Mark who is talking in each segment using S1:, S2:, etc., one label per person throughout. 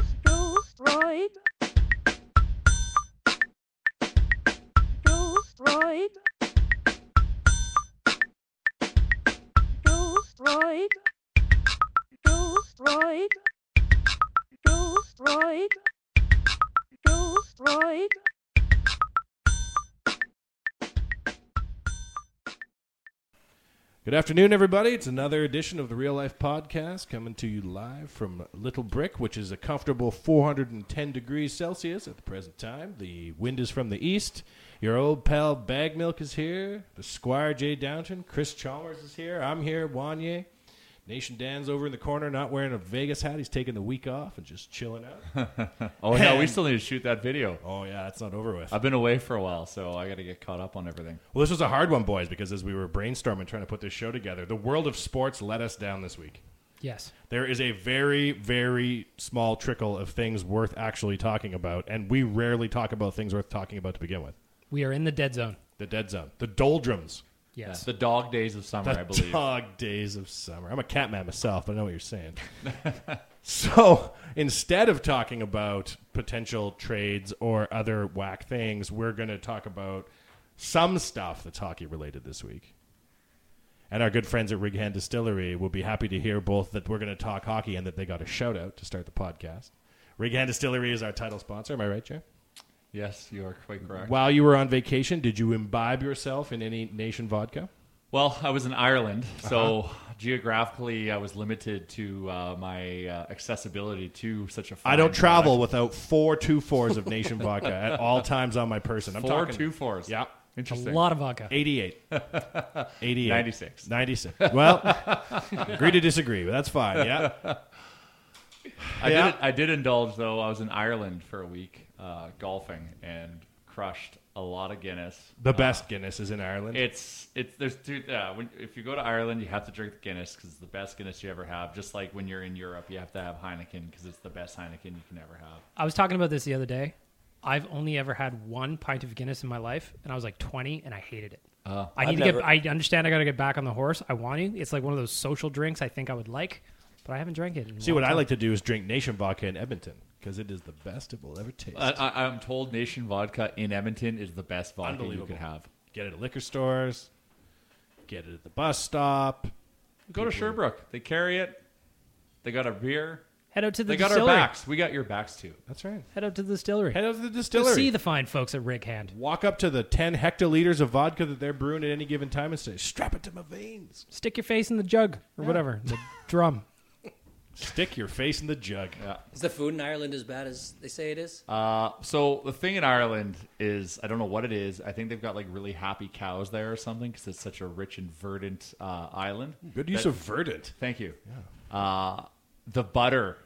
S1: Right. Ghost ride. Ghost ride. Ghost ride. Ghost ride. Ghost ride.
S2: Good afternoon, everybody. It's another edition of the Real Life Podcast coming to you live from Little Brick, which is a comfortable 410 degrees Celsius at the present time. The wind is from the east. Your old pal Bag Milk is here. The Squire J. Downton. Chris Chalmers is here. I'm here. Wanye. Nation Dan's over in the corner, not wearing a Vegas hat. He's taking the week off and just chilling out.
S3: Oh no, we still need to shoot that video.
S2: oh, yeah, it's not over with.
S3: I've been away for a while, so I got to get caught up on everything.
S2: Well, this was a hard one, boys, because as we were brainstorming trying to put this show together, the world of sports let us down this week.
S4: Yes.
S2: There is a very, very small trickle of things worth actually talking about, and we rarely talk about things worth talking about to begin with.
S4: We are in the dead zone.
S2: The dead zone, the doldrums,
S4: Yes.
S3: The dog days of summer, I
S2: the
S3: believe.
S2: dog days of summer. I'm a cat man myself, but I know what you're saying. so instead of talking about potential trades or other whack things, we're going to talk about some stuff that's hockey related this week. And our good friends at Righand Distillery will be happy to hear both that we're going to talk hockey and that they got a shout out to start the podcast. Righand Distillery is our title sponsor. Am I right, Jay?
S3: yes, you are quite correct.
S2: While you were on vacation, did you imbibe yourself in any nation vodka?
S3: Well, I was in Ireland,
S2: Uh-huh.
S3: so geographically, I was limited to uh, my uh, accessibility to such a.
S2: I don't
S3: fine
S2: travel without four two fours of Nation Vodka at all times on my person. I'm
S3: product. Four
S2: talking
S3: two fours.
S2: Yeah,
S4: a
S3: interesting.
S4: lot of vodka.
S2: 88, 88,
S3: 96.
S2: 96. Well, agree to disagree, but that's fine. Yeah,
S3: I
S2: Yeah.
S3: did. I did indulge though. I was in Ireland for a week uh, golfing and crushed a lot of Guinness. Uh,
S2: the best Guinness is in Ireland.
S3: It's it's there's two. Uh, when, if you go to Ireland, you have to drink the Guinness because it's the best Guinness you ever have. Just like when you're in Europe, you have to have Heineken because it's the best Heineken you can ever have.
S4: I was talking about this the other day. I've only ever had one pint of Guinness in my life, and I was like 20, and I hated it.
S2: Uh,
S4: I need
S3: I've
S4: to
S3: never-
S4: get. I understand. I got to get back on the horse. I want to. It's like one of those social drinks. I think I would like, but I haven't drank it. in a
S2: See,
S4: long
S2: what I
S4: time.
S2: like to do is drink Nation Vodka in Edmonton because it is the best it will ever taste.
S3: I, I, I'm told Nation Vodka in Edmonton is the best vodka you
S2: Unbelievable.
S3: could have.
S2: get it at liquor stores. Get it at the bus stop.
S3: Go to Sherbrooke. They carry it. They got a beer.
S4: Head out to the
S3: They got our
S4: distillery.
S3: backs. We got your backs too.
S2: That's right.
S4: Head out to the distillery.
S2: Head out to the
S4: Go
S2: distillery.
S4: see the fine folks at Rig Hand.
S2: Walk up to the 10 hectoliters of vodka that they're brewing at any given time and say, strap it to my veins.
S4: Stick your face in the jug or whatever, the drum.
S2: Stick your face in the jug.
S5: Is the food in Ireland as bad as they say it is?
S3: Uh, so the thing in Ireland is I don't know what it is. I think they've got like really happy cows there or something because it's such a rich and verdant uh, island.
S2: Good use of verdant.
S3: Thank you. Uh, the butter,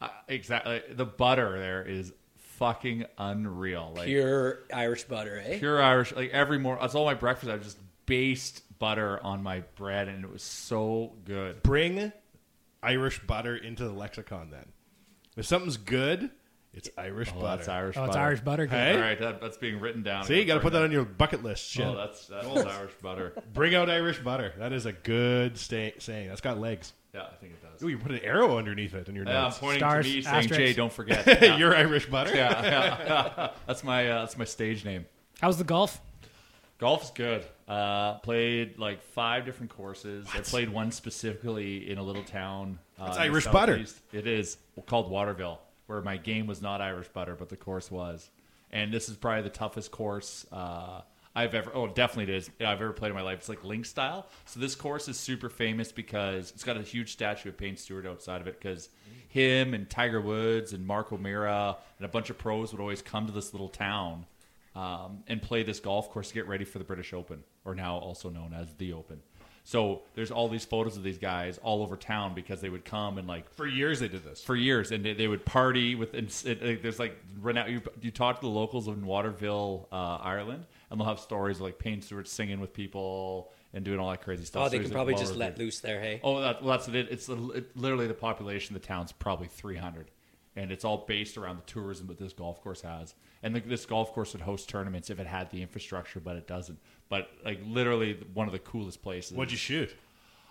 S3: uh, exactly. The butter there is fucking unreal. Like
S5: Pure Irish butter, eh?
S3: pure Irish. Like every morning, that's all my breakfast. I just based butter on my bread, and it was so good.
S2: Bring Irish butter into the lexicon then. If something's good, it's Irish
S3: Oh,
S2: butter.
S3: that's Irish.
S4: Oh, it's
S3: butter.
S4: Irish butter.
S2: Hey.
S3: All right, that, that's being written down.
S2: See, you got to put that on your bucket list. Shit.
S3: Oh, that's that's Irish butter.
S2: Bring out Irish butter. That is a good sta saying. That's got legs.
S3: Yeah, I think it
S2: Ooh,
S3: does.
S2: you put an arrow underneath it in your
S3: Yeah, I'm
S2: notes.
S3: pointing
S4: Stars,
S3: to me saying,
S4: asterisks.
S3: "Jay, don't forget."
S2: Hey,
S3: Yeah.
S2: you're Irish butter.
S3: yeah, yeah. that's my uh, that's my stage name.
S4: How's the golf?
S3: Golf's good. Uh, played like five different courses. I played one specifically in a little town. Uh,
S2: That's
S3: in the
S2: Irish butter.
S3: southeast. It is called Waterville, where my game was not Irish butter, but the course was. And this is probably the toughest course uh, I've ever. Oh, definitely it is. yeah, I've ever played in my life. It's like link style. So this course is super famous because it's got a huge statue of Payne Stewart outside of it because him and Tiger Woods and Mark O'Meara and a bunch of pros would always come to this little town um, and play this golf course to get ready for the British Open, or now also known as the Open. So there's all these photos of these guys all over town because they would come and like
S2: For years they did this.
S3: for years, and they, they would party with. And, s- it, like, there's like renowned. You, you talk to the locals in Waterville, uh, Ireland, and they'll have stories of like Payne Stewart singing with people and doing all that crazy stuff.
S5: Oh,
S3: So
S5: they
S3: he's
S5: can
S3: a
S5: probably just
S3: well-revered-
S5: let loose there, hey?
S3: Oh, that, well, that's what it. It's the- it- literally the population of the town's probably 300, and it's all based around the tourism that this golf course has. And the, this golf course would host tournaments if it had the infrastructure, but it doesn't. But like literally one of the coolest places.
S2: What'd you shoot?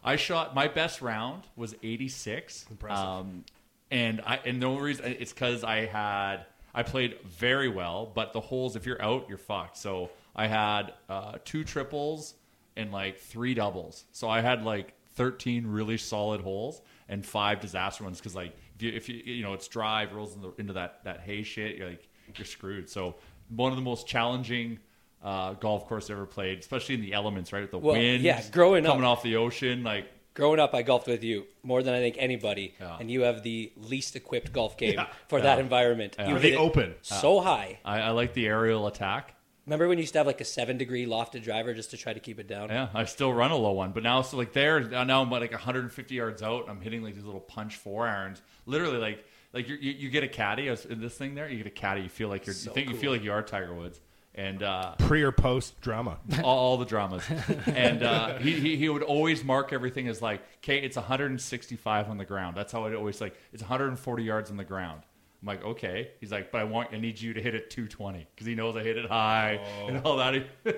S3: I shot my best round was 86.
S2: Impressive.
S3: Um, and I and the only reason uh, it's because I had I played very well, but the holes if you're out you're fucked. So I had uh, two triples and like three doubles. So I had like 13 really solid holes and five disaster ones because like if you, if you you know it's drive rolls in the, into that that hay shit you're like you're screwed. So one of the most challenging. Uh, golf course I ever played, especially in the elements, right? With the
S5: Well,
S3: wind,
S5: yeah, growing up.
S3: coming off the ocean, like
S5: Growing up, I golfed with you more than I think anybody,
S3: Yeah.
S5: and you have the least equipped golf game for that environment. You
S2: For
S5: hit
S2: the
S5: it
S2: open.
S5: so high.
S3: I, I like the aerial attack.
S5: Remember when you used to have like a seven degree lofted driver just to try to keep it down?
S3: Yeah, I still run a low one, but now so like there now now I'm like 150 yards out. And I'm hitting like these little punch four irons, literally like like you're, you you get a caddy I was in this thing there. You get a caddy, you feel like you're you think you feel like you are Tiger Woods, and uh,
S2: Pre or post drama.
S3: all, all the dramas. And uh, he, he, he would always mark everything as like, okay, it's 165 on the ground. That's how it always like, it's 140 yards on the ground. I'm like, okay. He's like, but I want, I need you to hit it 220 because he knows I hit it high and all that. e-,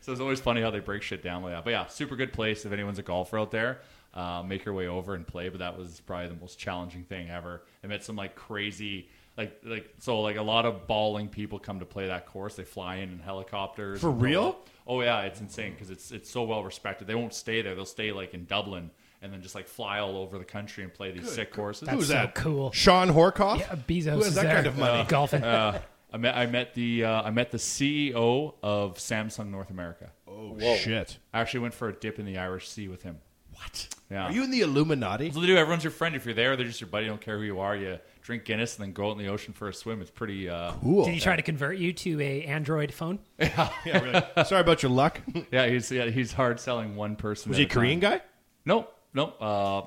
S3: so it's always funny how they break shit down like that. But yeah, super good place if anyone's a golfer out there. Uh, make your way over and play, but that was probably the most challenging thing ever. I met some like crazy, like like so like a lot of balling people come to play that course. They fly in in helicopters
S2: For
S3: and go
S2: real?
S3: up. Oh yeah, it's insane because it's it's so well respected. They won't stay there; they'll stay like in Dublin and then just like fly all over the country and play these sick courses.
S2: Who's
S4: so
S2: that?
S4: cool.
S2: Sean Horkoff?
S4: Yeah, Bezos
S2: Who has
S4: is
S2: that
S4: there.
S2: kind of money?
S4: Golfing.
S3: Uh, I met I met the uh, I met the CEO of Samsung North America.
S2: Oh, shit.
S3: I actually went for a dip in the Irish Sea with him.
S2: What?
S3: Yeah.
S2: Are you in the Illuminati?
S3: So they do. Everyone's your friend if you're there. They're just your buddy. Don't care who you are. You drink Guinness and then go out in the ocean for a swim. It's pretty. Uh,
S2: Cool.
S4: Did he try to convert you to a Android phone?
S2: Yeah, really. Sorry about your luck.
S3: yeah, he's yeah, he's hard selling one person.
S2: Was
S3: at
S2: he a
S3: time.
S2: Korean guy?
S3: Nope, nope. Uh,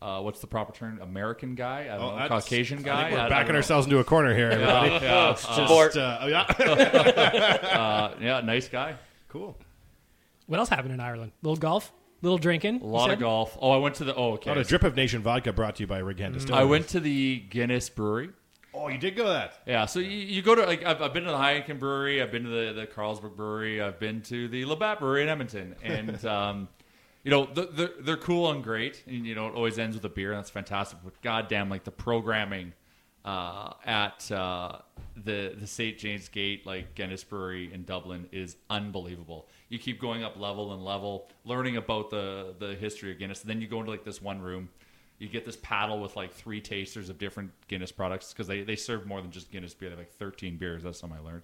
S3: uh, what's the proper term? American guy? I don't know.
S2: Oh, that's-
S3: Caucasian
S2: I
S3: guy?
S2: think we're
S3: I don't
S2: backing
S3: know.
S2: ourselves into a corner here, everybody.
S5: Sport.
S2: Just, uh, oh, yeah.
S3: Uh, yeah, nice guy.
S2: cool.
S4: What else happened in Ireland? Little golf, little drinking.
S3: A lot of golf. Oh, I went to the. Oh,
S2: Not
S3: okay.
S2: a drip of nation vodka brought to you by Rig Hand Distillery.
S3: I went to the Guinness Brewery.
S2: Oh, you did go that.
S3: Yeah, so you, you go to like I've, I've been to the Heineken Brewery, I've been to the, the Carlsberg Brewery, I've been to the Labatt Brewery in Edmonton, and um, you know th- they're they're cool and great, and you know it always ends with a beer, and that's fantastic. But goddamn, like the programming uh, at uh, the the St James Gate, like Guinness Brewery in Dublin, is unbelievable. You keep going up level and level, learning about the the history of Guinness, and then you go into like this one room You get this paddle with like three tasters of different Guinness products because they, they serve more than just Guinness beer. They have like 13 beers. That's something I learned.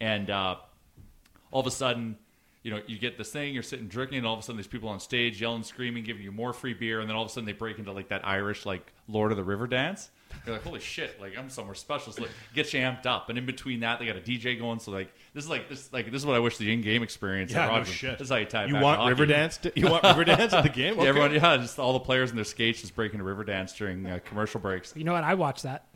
S3: And uh, all of a sudden, you know, you get this thing, you're sitting drinking, and all of a sudden there's people on stage yelling, screaming, giving you more free beer, and then all of a sudden they break into like that Irish like Lord of the River dance. You're like, holy shit, like I'm somewhere special. So like, gets you amped up. And in between that, they got a DJ going. So like this is like this like this is what I wish the in-game experience.
S2: Yeah,
S3: at
S2: no
S3: Rogers-
S2: shit.
S3: This is how you tie it
S2: You
S3: back to
S2: want
S3: hockey.
S2: Riverdance? To, you want Riverdance at the game?
S3: Yeah, everyone, yeah, just all the players in their skates just breaking a river dance during uh, commercial breaks.
S4: You know what? I watch that.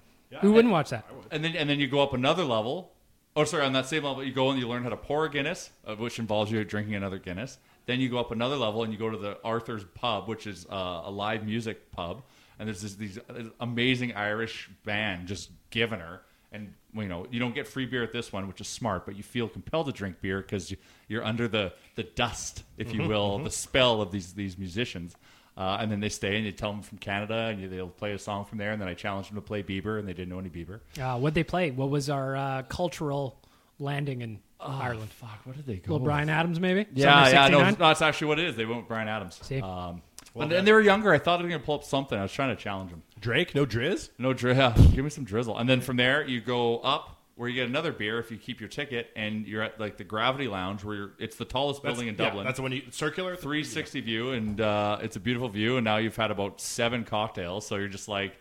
S4: Who wouldn't watch that?
S3: And then and then you go up another level. Oh, sorry, on that same level, you go and you learn how to pour a Guinness, uh, which involves you drinking another Guinness. Then you go up another level and you go to the Arthur's Pub, which is uh, a live music pub. And there's this these uh, amazing Irish band just giving her. And you know you don't get free beer at this one, which is smart, but you feel compelled to drink beer because you, you're under the, the dust, if you will, the spell of these these musicians. Uh, and then they stay and you tell them from Canada and you, they'll play a song from there. And then I challenged them to play Bieber and they didn't know any Bieber.
S4: Uh, what they play? What was our uh, cultural landing in Ireland?
S3: Ah, Fuck, what did they go?
S4: Little Brian Adams, maybe.
S3: Yeah,
S4: Summer
S3: yeah, no,
S4: 69?
S3: it's- no, that's actually what it is. They went with Brian Adams.
S4: See?
S3: Um, but- and they were younger. I thought they were going to pull up something. I was trying to challenge them.
S2: Drake, no Driz?
S3: No drizzle. Give me some drizzle. And then from there, you go up where you get another beer if you keep your ticket, and you're at like the Gravity Lounge, where you're, it's the tallest building in
S2: yeah,
S3: Dublin.
S2: that's the one you circular.
S3: 360 view, and uh, it's a beautiful view. And now you've had about seven cocktails, so you're just like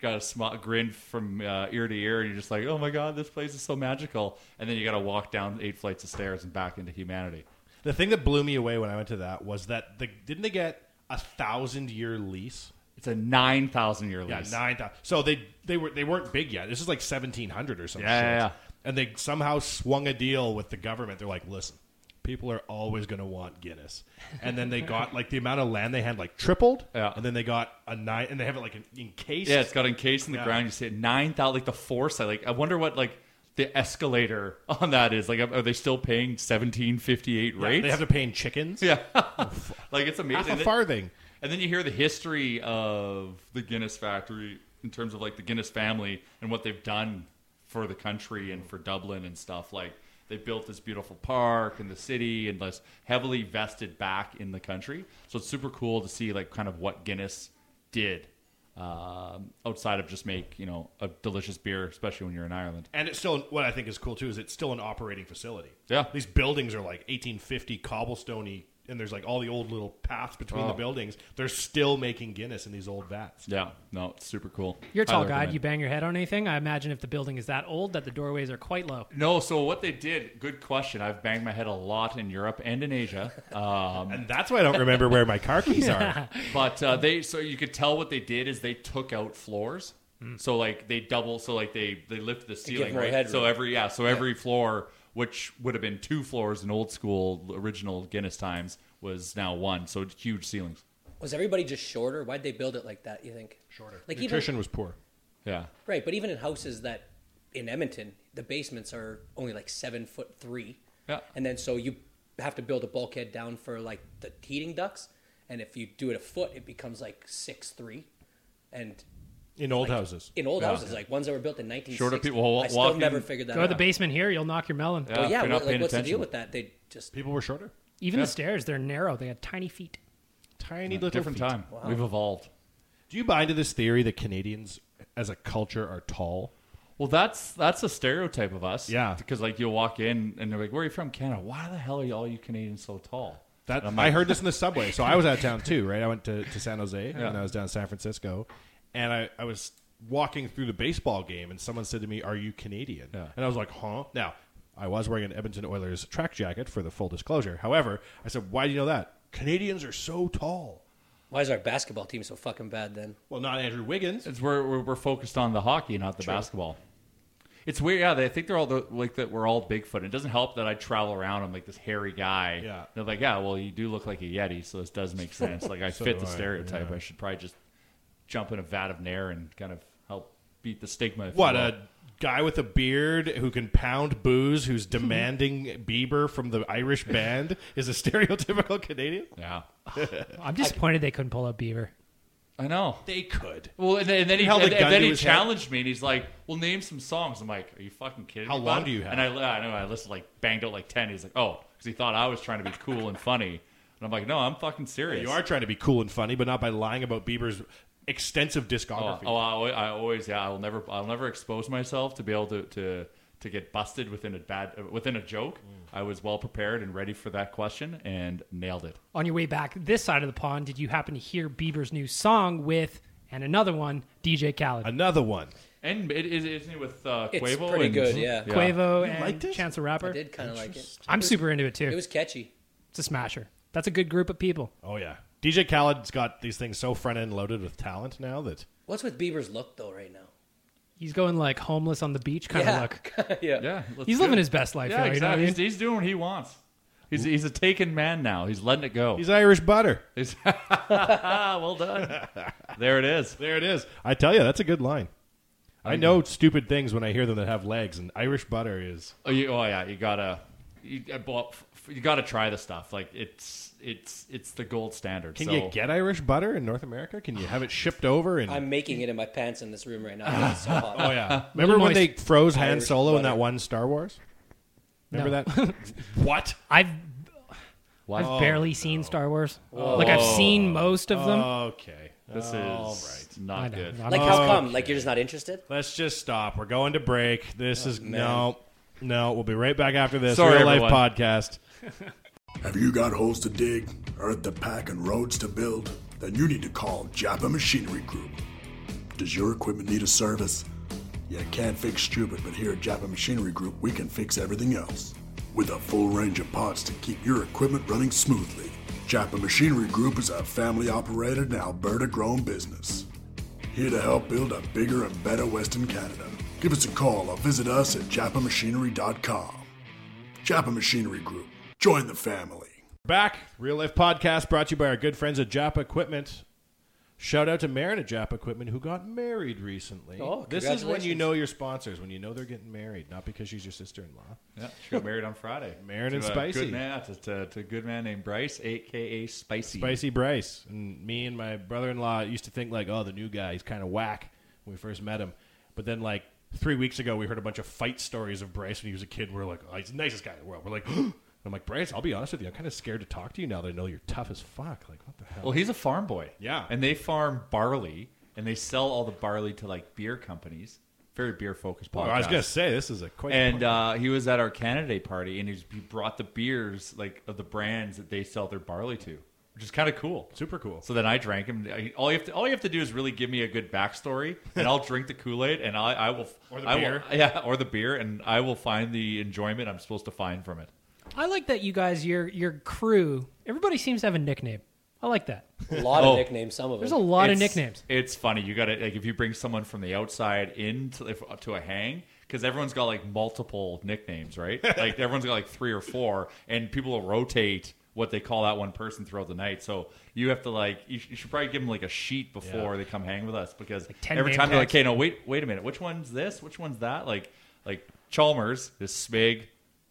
S3: got a sm- grin from uh, ear to ear, and you're just like, oh my god, this place is so magical. And then you got to walk down eight flights of stairs and back into humanity.
S2: The thing that blew me away when I went to that was that the didn't they get a thousand year lease?
S3: It's a nine thousand year
S2: Yeah,
S3: lease.
S2: nine thousand. So they they were they weren't big yet. This is like seventeen hundred or something.
S3: Yeah, yeah, yeah.
S2: And they somehow swung a deal with the government. They're like, listen, people are always going to want Guinness. And then they got like the amount of land they had like tripled.
S3: Yeah.
S2: And then they got a nine, and they have it like en- encased.
S3: yeah, it's got encased in the
S2: Yeah.
S3: ground. You see it nine thousand, like the force. I like. I wonder what like the escalator on that is. Like, are they still paying seventeen fifty eight
S2: Yeah,
S3: rates?
S2: They have to pay in chickens. Oh,
S3: yeah, like it's amazing.
S2: Half a
S3: They-
S2: farthing.
S3: And then you hear the history of the Guinness factory in terms of like the Guinness family and what they've done for the country and for Dublin and stuff. Like they built this beautiful park and the city and was heavily vested back in the country. So it's super cool to see like kind of what Guinness did um, outside of just make you know a delicious beer, especially when you're in Ireland.
S2: And it's still what I think is cool too is it's still an operating facility.
S3: Yeah.
S2: these buildings are like 1850 cobblestony, and there's like all the old little paths between
S3: Oh.
S2: the buildings. They're still making Guinness in these old vats.
S3: Yeah, no, it's super cool.
S4: You're a tall
S3: Highly
S4: guy.
S3: recommend.
S4: Do you bang your head on anything? I imagine if the building is that old, that the doorways are quite low.
S3: No, so what they did? Good question. I've banged my head a lot in Europe and in Asia. Um,
S2: And that's why I don't remember where my car keys are.
S3: but uh, they so you could tell what they did is they took out floors.
S2: Hmm.
S3: So like they double so like they they lift the ceiling
S5: more
S3: right?
S5: headroom.
S3: so every yeah so every floor which would have been two floors in old school original Guinness times was now one so huge ceilings
S5: Was everybody just shorter? Why'd they build it like that? You think shorter? Like
S2: Nutrition
S5: even
S2: was poor.
S3: yeah
S5: right, but even in houses that in Edmonton, the basements are only like seven foot three.
S3: Yeah.
S5: And then so you have to build a bulkhead down for like the heating ducts, and if you do it a foot, it becomes like six three, and
S2: In old houses.
S5: in old
S3: Yeah.
S5: houses like ones that were built in 1960s.
S3: Shorter people wa-
S5: I still
S3: walking-
S5: never figured that
S4: Go
S5: out.
S4: to the basement here. You'll knock your melon.
S3: yeah,
S5: Well, yeah,
S3: if you're not
S5: what, like,
S3: paying
S5: what's the deal
S3: attention.
S5: with that? They just
S2: People were shorter.
S4: Even
S3: Yeah.
S4: the stairs, they're narrow. They had tiny feet.
S2: Tiny little
S3: different
S2: feet.
S3: time we've evolved
S2: Do you buy into this theory that Canadians, as a culture, are tall?
S3: well that's that's a stereotype of us
S2: Yeah.
S3: because like you'll walk in and they're like where are you from Canada why the hell are you, all you Canadians so tall
S2: That
S3: And I'm
S2: I
S3: like,
S2: heard this in the subway. So I was out of town too, right? I went to, to San Jose and I was down in San Francisco, and I, I was walking through the baseball game, and someone said to me, "Are you Canadian?"
S3: Yeah.
S2: And I was like, "Huh?" Now I was wearing an Edmonton Oilers track jacket for the full disclosure. However, I said, "Why do you know that?" Canadians are so tall.
S5: why is our basketball team so fucking bad then?
S2: Well, not Andrew Wiggins.
S3: It's where we're, we're focused on the hockey, not the basketball. It's weird. Yeah, they think they're all the, like that. We're all Bigfoot. It doesn't help that I travel around. I'm like this hairy guy.
S2: Yeah.
S3: They're like, yeah, well, you do look like a yeti, so this does make sense. Like I fit the
S2: do I,
S3: stereotype.
S2: yeah.
S3: I should probably just jump in a vat of nair and kind of help beat the stigma. if you
S2: What
S3: will.
S2: a guy with a beard who can pound booze, who's demanding Bieber from the Irish band, is a stereotypical Canadian.
S3: yeah.
S4: I'm disappointed they couldn't pull out Beaver.
S3: I know.
S2: They could.
S3: Well, and then, and then he,
S2: held a
S3: and, and
S2: gun
S3: then
S2: to
S3: he
S2: his head.
S3: challenged me, and he's like, "Well, name some songs." I'm like, "Are you fucking kidding
S2: How
S3: me?"
S2: long
S3: bud?"
S2: do you have?
S3: And I, I know I listened like banged out like ten. He's like, "Oh," because he thought I was trying to be cool and funny, and I'm like, "No, I'm fucking serious."
S2: You are trying to be cool and funny, but not by lying about Bieber's extensive
S3: Oh,
S2: discography.
S3: oh, I, al- I always, yeah, I will never, I'll never expose myself to be able to to, to get busted within a bad uh, within a joke.
S2: Mm.
S3: I was well prepared and ready for that question and nailed it.
S4: On your way back this side of the pond, did you happen to hear Bieber's new song with and another one, DJ Khaled,
S2: Another one.
S3: And it is isn't it with uh,
S5: It's
S3: Quavo?
S5: pretty
S3: and-
S5: good, yeah.
S4: Quavo,
S2: liked
S4: and
S2: it?
S4: Chance the Rapper?
S5: I did kind of like it.
S4: I'm super into it too.
S5: It was catchy.
S4: it's a smasher. That's a good group of people.
S2: Oh yeah, DJ Khaled's got these things so front end loaded with talent now that
S5: What's with Bieber's look though right now?
S4: He's going like homeless on the beach kind
S5: Yeah.
S4: of look.
S5: yeah.
S3: Yeah, let's
S4: He's
S3: do
S4: living
S3: it.
S4: his best life.
S3: Yeah,
S4: though, you know what I
S3: exactly.
S4: mean?
S3: He's, he's doing what he wants. He's he's a taken man now. He's letting it go.
S2: he's Irish butter.
S3: He's- well done. there it is.
S2: There it is. I tell you, that's a good line. I know stupid things when I hear them that have legs, and Irish butter is.
S3: Oh, you, oh yeah, you gotta you, uh, well, f- f- you gotta try the stuff. Like it's it's it's the gold standard.
S2: Can
S3: so.
S2: you get Irish butter in North America? Can you have it shipped over? And
S5: I'm making it in my pants in this room right now. It's so hot.
S2: oh yeah, remember when
S4: moist.
S2: they froze Han
S5: Irish
S2: Solo in
S5: butter.
S2: that one Star Wars? Remember that? what?
S4: I've
S3: Wow.
S4: I've barely seen Star Wars. Like I've seen most of them.
S2: Oh, Uh, Okay, Uh,
S3: This is not
S4: I know,
S3: good.
S4: I'm
S5: Like
S4: not-
S5: how come? Like you're just not interested?
S2: Oh,
S5: Oh,
S2: let's just stop. We're going to break. This is no, no. We'll be right back after this
S3: Sorry,
S2: real life
S3: everyone.
S2: podcast.
S6: Have you got holes to dig, earth to pack, and roads to build? Then you need to call Japa Machinery Group. Does your equipment need a service? You can't fix stupid, but here at Japa Machinery Group, we can fix everything else. With a full range of parts to keep your equipment running smoothly, Japa Machinery Group is a family operated and Alberta grown business. Here to help build a bigger and better Western Canada. Give us a call or visit us at japamachinery.com. Japa Machinery Group. Join the family.
S2: Back real life podcast brought to you by our good friends at Japa Equipment. Shout out to Marin at Japa Equipment who got married recently.
S5: Oh,
S2: this is when you
S5: congratulations.
S2: know your sponsors when you know they're getting married, not because she's your sister in law.
S3: Yeah, she got married on Friday.
S2: Married and
S3: To a
S2: spicy.
S3: Good man, to, to, to a good man named Bryce, aka Spicy.
S2: Spicy Bryce and me and my brother in law used to think like, oh, the new guy, he's kind of whack when we first met him, but then like three weeks ago we heard a bunch of fight stories of Bryce when he was a kid. And we are like, oh, he's the nicest guy in the world. We're like. I'm like Bryce. I'll be honest with you. I'm kind of scared to talk to you now that I know you're tough as fuck. Like, what the hell?
S3: Well, he's a farm boy.
S2: Yeah.
S3: and they farm barley, and they sell all the barley to like beer companies. Very beer focused podcast.
S2: Well, I was gonna say this is a quite
S3: And uh, he was at our Canada Day party, and he, was- he brought the beers like of the brands that they sell their barley to, which is kind of cool.
S2: super cool.
S3: So then I drank him. I- All you have to all you have to do is really give me a good backstory, and I'll drink the Kool Aid, and I, I will
S2: Or the
S3: I will-
S2: beer.
S3: yeah, or the beer, and I will find the enjoyment I'm supposed to find from it.
S4: I like that you guys, your your crew, everybody seems to have a nickname. I like that.
S5: A lot
S3: Oh.
S5: of nicknames. Some of them.
S4: There's a lot of
S3: It's-
S4: nicknames.
S3: It's funny. You got to like if you bring someone from the outside in to, if, to a hang because everyone's got like multiple nicknames, right? like everyone's got like three or four, and people will rotate what they call that one person throughout the night. So you have to like you, sh- you should probably give them like a sheet before they come hang with us because
S4: 10
S3: every
S4: name
S3: time they're like,
S4: tags.
S3: okay, no, wait, wait a minute, which one's this? Which one's that? Like like Chalmers is Smig,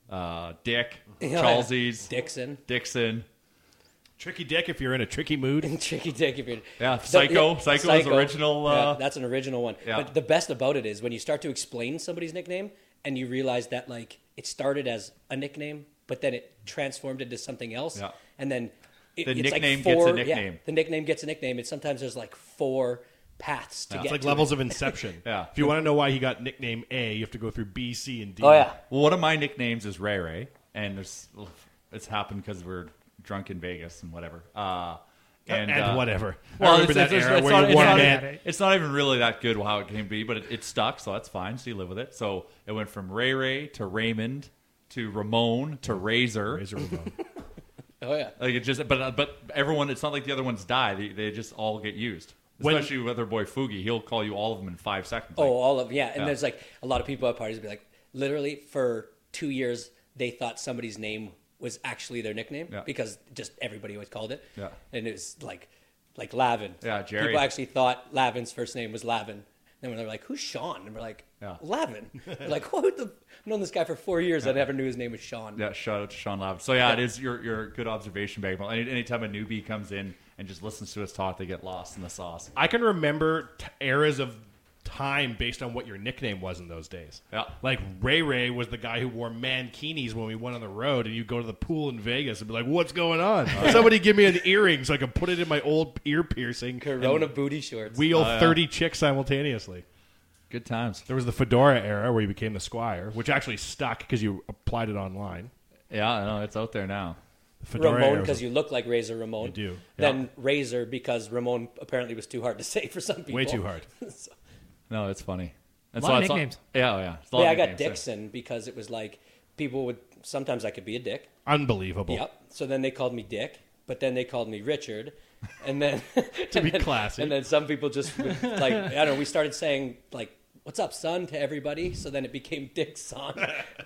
S3: uh, Dick,
S5: Yeah.
S3: Chalsies,
S5: Dixon.
S3: Dixon.
S2: Tricky dick if you're in a tricky mood.
S5: Tricky dick if you're
S3: Yeah,
S5: The-
S3: Psycho. Psycho is original, uh,
S5: that's an original one.
S3: yeah.
S5: But the best about it is when you start to explain somebody's nickname and you realize that like it started as a nickname, but then it transformed into something else,
S3: Yeah.
S5: and then it,
S3: The nickname
S5: it's like
S3: gets a
S5: four, Yeah,
S3: nickname.
S5: the nickname gets a nickname, and sometimes there's like four paths to
S2: It's
S5: get
S2: like
S5: to
S2: levels
S5: it.
S2: of Inception.
S3: Yeah.
S2: If you want to know why he got nickname A, you have to go through B, C, and D.
S5: Oh yeah,
S3: Well, one of my nicknames is Ray Ray, and there's it's happened because we're drunk in Vegas and whatever. Uh, and
S2: And,
S3: uh,
S2: whatever. I
S3: Well,
S2: remember
S3: it's,
S2: that
S3: it's, it's,
S2: era
S3: it's
S2: where
S3: not,
S2: you
S3: it's,
S2: wanted it.
S3: not,
S4: it.
S3: it's not even really that good how it came to be, but it, it stuck, so that's fine. So you live with it. So it went from Ray Ray to Raymond to Ramon to Razor.
S2: Razor Ramon.
S5: oh yeah.
S3: Like it just, but uh, but everyone, it's not like the other ones die. They, they just all get used.
S2: When-
S3: Especially with our boy Fugi, he'll call you all of them in five seconds.
S5: Oh,
S3: Like,
S5: all of yeah. And there's like a lot of people at parties be like, literally for two years they thought somebody's name was actually their nickname
S3: Yeah.
S5: because just everybody always called it.
S3: Yeah.
S5: And it was like like Lavin.
S3: Yeah, Jerry.
S5: People actually thought Lavin's first name was Lavin. And when they're like, "Who's Sean?" and we're like,
S3: Yeah.
S5: "Lavin." We're like, what the? I've known this guy for four years. I never knew his name was Sean.
S3: Yeah, shout out to Sean Lavin. So yeah, it is your your good observation, Bagwell. Any, anytime a newbie comes in and just listens to us talk, they get lost in the sauce.
S2: I can remember t- eras of t- time based on what your nickname was in those days.
S3: Yeah.
S2: Like Ray Ray was the guy who wore mankinis when we went on the road, and you go to the pool in Vegas and be like, "What's going on?
S7: Oh,
S2: Somebody give me an earring so I can put it in my old ear piercing."
S5: Corona
S2: and
S5: booty shorts.
S2: Wheel
S4: Uh,
S3: Oh, yeah.
S2: thirty chicks simultaneously.
S3: Good times.
S2: There was the fedora era where you became the squire, which actually stuck because you applied it online.
S3: Yeah, I know it's out there now.
S2: The
S5: Ramon
S2: era was
S5: because you look like Razor Ramon.
S2: You do.
S5: Then Razor because Ramon apparently was too hard to say for some people.
S2: way too hard.
S5: So-
S3: No, it's funny. And
S4: Lot of
S3: it's all-
S4: nicknames.
S3: yeah, oh, yeah. It's a lot
S5: yeah, I
S3: of
S5: got
S3: nicknames there.
S5: Dixon because it was like people would sometimes I could be a dick.
S2: Unbelievable.
S5: Yep. So then they called me Dick, but then they called me Richard, and then to
S2: be classy.
S5: And then some people just would, like I don't know. We started saying like "What's up, son?" to everybody. So then it became Dick Son,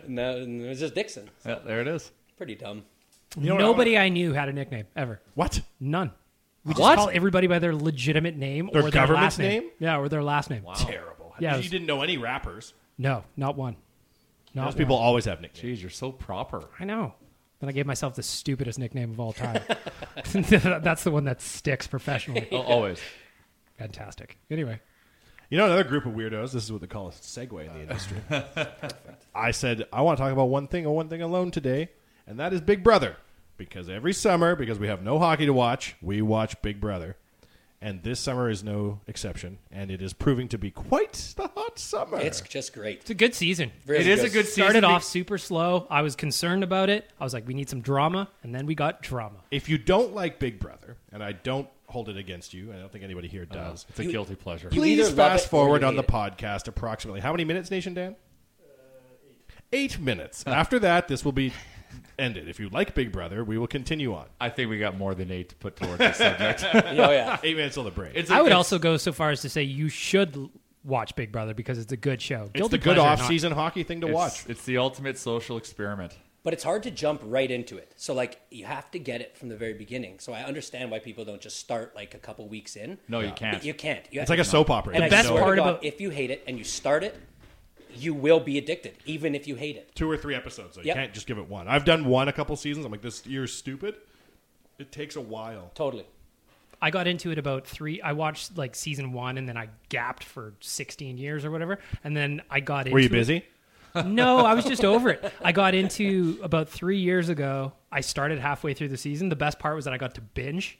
S5: and, that, and it was just Dixon.
S3: Yeah, there it is.
S5: Pretty dumb.
S2: know what I
S4: Nobody I, knew had a nickname ever.
S2: What?
S4: None. We just
S3: What?
S4: call everybody by their legitimate name
S2: Their
S4: or their last
S2: government's
S4: name.
S2: name?
S4: Yeah, or their last name.
S2: Terrible.
S4: Yeah, it
S2: you
S4: was-
S2: didn't know any rappers.
S4: No, not one. Not
S2: Those people
S4: one.
S2: always have nicknames.
S3: Jeez, you're so proper.
S4: I know. Then I gave myself the stupidest nickname of all time. That's the one that sticks professionally.
S3: Oh, always.
S4: Fantastic. Anyway,
S2: You know another group of weirdos. This is what they call a segue in the industry. I said I want to talk about one thing and one thing alone today, and that is Big Brother. Because every summer, because we have no hockey to watch, we watch Big Brother, and this summer is no exception. And it is proving to be quite the hot summer.
S5: It's just great.
S4: it's a good season.
S5: Really
S3: It is a good
S4: Started
S3: season.
S4: off super slow. I was concerned about it. I was like, we need some drama, and then we got drama.
S2: if you don't like Big Brother, and I don't hold it against you, and I don't think anybody here does.
S3: Uh, It's a guilty pleasure.
S5: You either
S2: Please
S5: love
S2: fast
S5: it or
S2: forward
S5: you
S2: on the
S5: hate it. Uh,
S2: podcast approximately. How many minutes, Nation Dan? eight. minutes. After that, this will be ended. If you like Big Brother, we will continue on.
S3: I think we got more than eight to put towards this subject.
S5: Oh yeah.
S2: Eight minutes till the break. It's,
S3: It's a-
S4: I would
S3: it's-
S4: also go so far as to say you should l- watch Big Brother because it's a good show. Guilty
S2: the good
S4: pleasure or not.
S2: off-season hockey thing to
S3: it's-
S2: watch.
S3: It's the ultimate social experiment.
S5: But it's hard to jump right into it. So like you have to get it from the very beginning. So I understand why people don't just start like a couple weeks in.
S3: No, you can't.
S5: You can't. You
S2: It's like a soap opera.
S5: And
S2: The
S5: I
S4: best
S5: swear to
S4: part
S5: God,
S4: about-
S5: if you hate it and you start it, you will be addicted, even if you hate it.
S2: Two or three episodes. So you
S5: Yep.
S2: can't just give it one. I've done one a couple seasons. I'm like, this year's stupid. It takes a while.
S5: Totally.
S4: I got into it about three. I watched like season one, and then I gapped for sixteen years or whatever, and then I got into.
S2: Were you
S4: it-
S2: busy?
S4: No, I was just over it. I got into about three years ago. I started halfway through the season. The best part was that I got to binge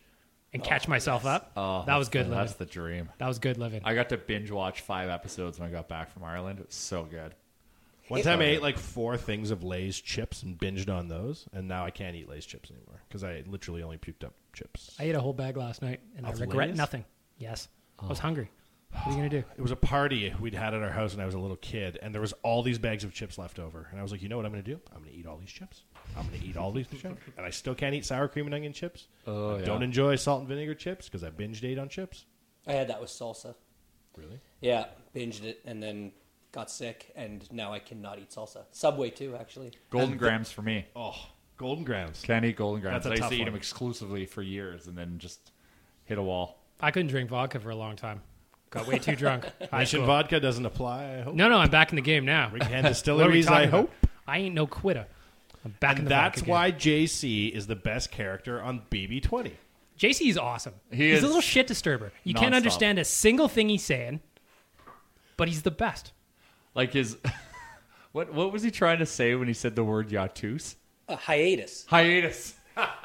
S4: and catch myself up. Oh, that was good living.
S3: That's the dream.
S4: that was good living.
S3: I got to binge watch five episodes when I got back from Ireland. It was so good.
S2: One time I ate like four things of Lay's chips and binged on those, and now I can't eat Lay's chips anymore because I literally only puked up chips.
S4: I ate a whole bag last night, and I
S2: Of
S4: regret
S2: Lay's?
S4: nothing. Yes, I was hungry. What are you gonna do?
S2: it was a party we'd had at our house when I was a little kid, and there was all these bags of chips left over. And I was like, you know what I'm going to do? I'm going to eat all these chips. I'm going to eat all these chips. And I still can't eat sour cream and onion chips. Oh, I Don't enjoy salt and vinegar chips because I binged ate on chips.
S5: I had that with salsa.
S2: Really?
S5: Yeah, binged it and then got sick, and now I cannot eat salsa. Subway too, actually.
S3: Golden grams for me.
S2: Oh, golden grams.
S3: Can't eat golden grams.
S2: That's a
S3: I used
S2: tough
S3: to eat
S2: one.
S3: them exclusively for years and then just hit a wall.
S4: I couldn't drink vodka for a long time. Got way too drunk. High
S2: Mission
S4: school.
S2: vodka doesn't apply, I hope.
S4: No, no, I'm back in the game now.
S2: Ring Oh. Hand
S4: What are we
S2: Distilleries, I
S4: talking about?
S2: hope.
S4: I ain't no quitter. I'm back in
S2: And
S4: the
S2: that's
S4: back again.
S2: why JC is the best character on BB20.
S4: JC is awesome.
S3: He
S4: he's
S3: is
S4: a little shit disturber. You
S3: nonstop.
S4: can't understand a single thing he's saying, but he's the best.
S3: Like his. what What was he trying to say when he said the word yatus?
S5: A hiatus,
S3: Hiatus.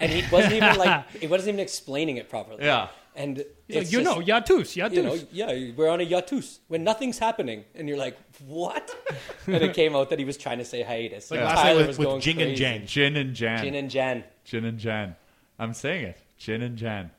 S5: and he wasn't even like he wasn't even explaining it properly.
S3: Yeah.
S5: and
S4: He's
S5: it's
S4: like, you
S5: just-
S4: know, Yatus, Yatus.
S5: you know, yeah, we're on a yatus when nothing's happening, and you're like, what? and it came out that he was trying to say hiatus.
S2: Like
S5: and
S2: last
S5: Tyler
S2: night with,
S5: was
S2: with
S5: going
S2: Jing and
S5: crazy.
S2: Jang.
S3: Jin and Jan.
S5: Jin and Jan.
S3: Jin and Jan. I'm saying it. Jin and Jan.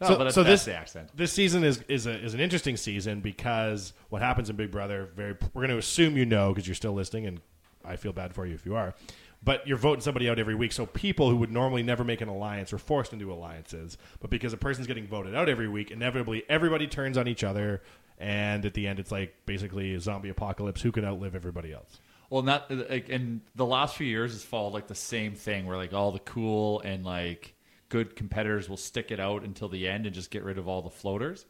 S3: No,
S2: so,
S3: but that's,
S2: so
S3: that's
S2: this
S3: the accent.
S2: This season is is, a, is an interesting season because what happens in Big Brother. Very, we're going to assume you know because you're still listening, and I feel bad for you if you are. But you're voting somebody out every week, so people who would normally never make an alliance are forced into alliances. But because a person's getting voted out every week, inevitably everybody turns on each other, and at the end, it's like basically a zombie apocalypse. Who can outlive everybody else?
S3: Well, not like in the last few years has followed like the same thing where like all the cool and like good competitors will stick it out until the end and just get rid of all the floaters.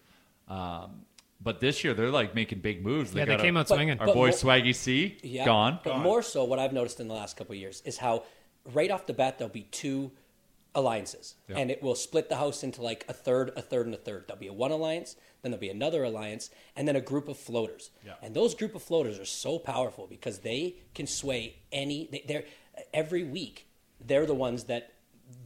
S3: Um, but this year they're like making big moves.
S4: Yeah, they
S3: got
S4: came
S3: our-
S4: out swinging.
S3: Our
S5: But
S3: boy
S5: mo-
S3: Swaggy C
S5: Yeah.
S3: gone.
S5: But more so, what I've noticed in the last couple of years is how right off the bat there'll be two alliances,
S7: Yeah.
S5: and it will split the house into like a third, a third, and a third. There'll be a one alliance, then there'll be another alliance, and then a group of floaters.
S7: Yeah.
S5: And those group of floaters are so powerful because they can sway any. they- They're every week. They're the ones that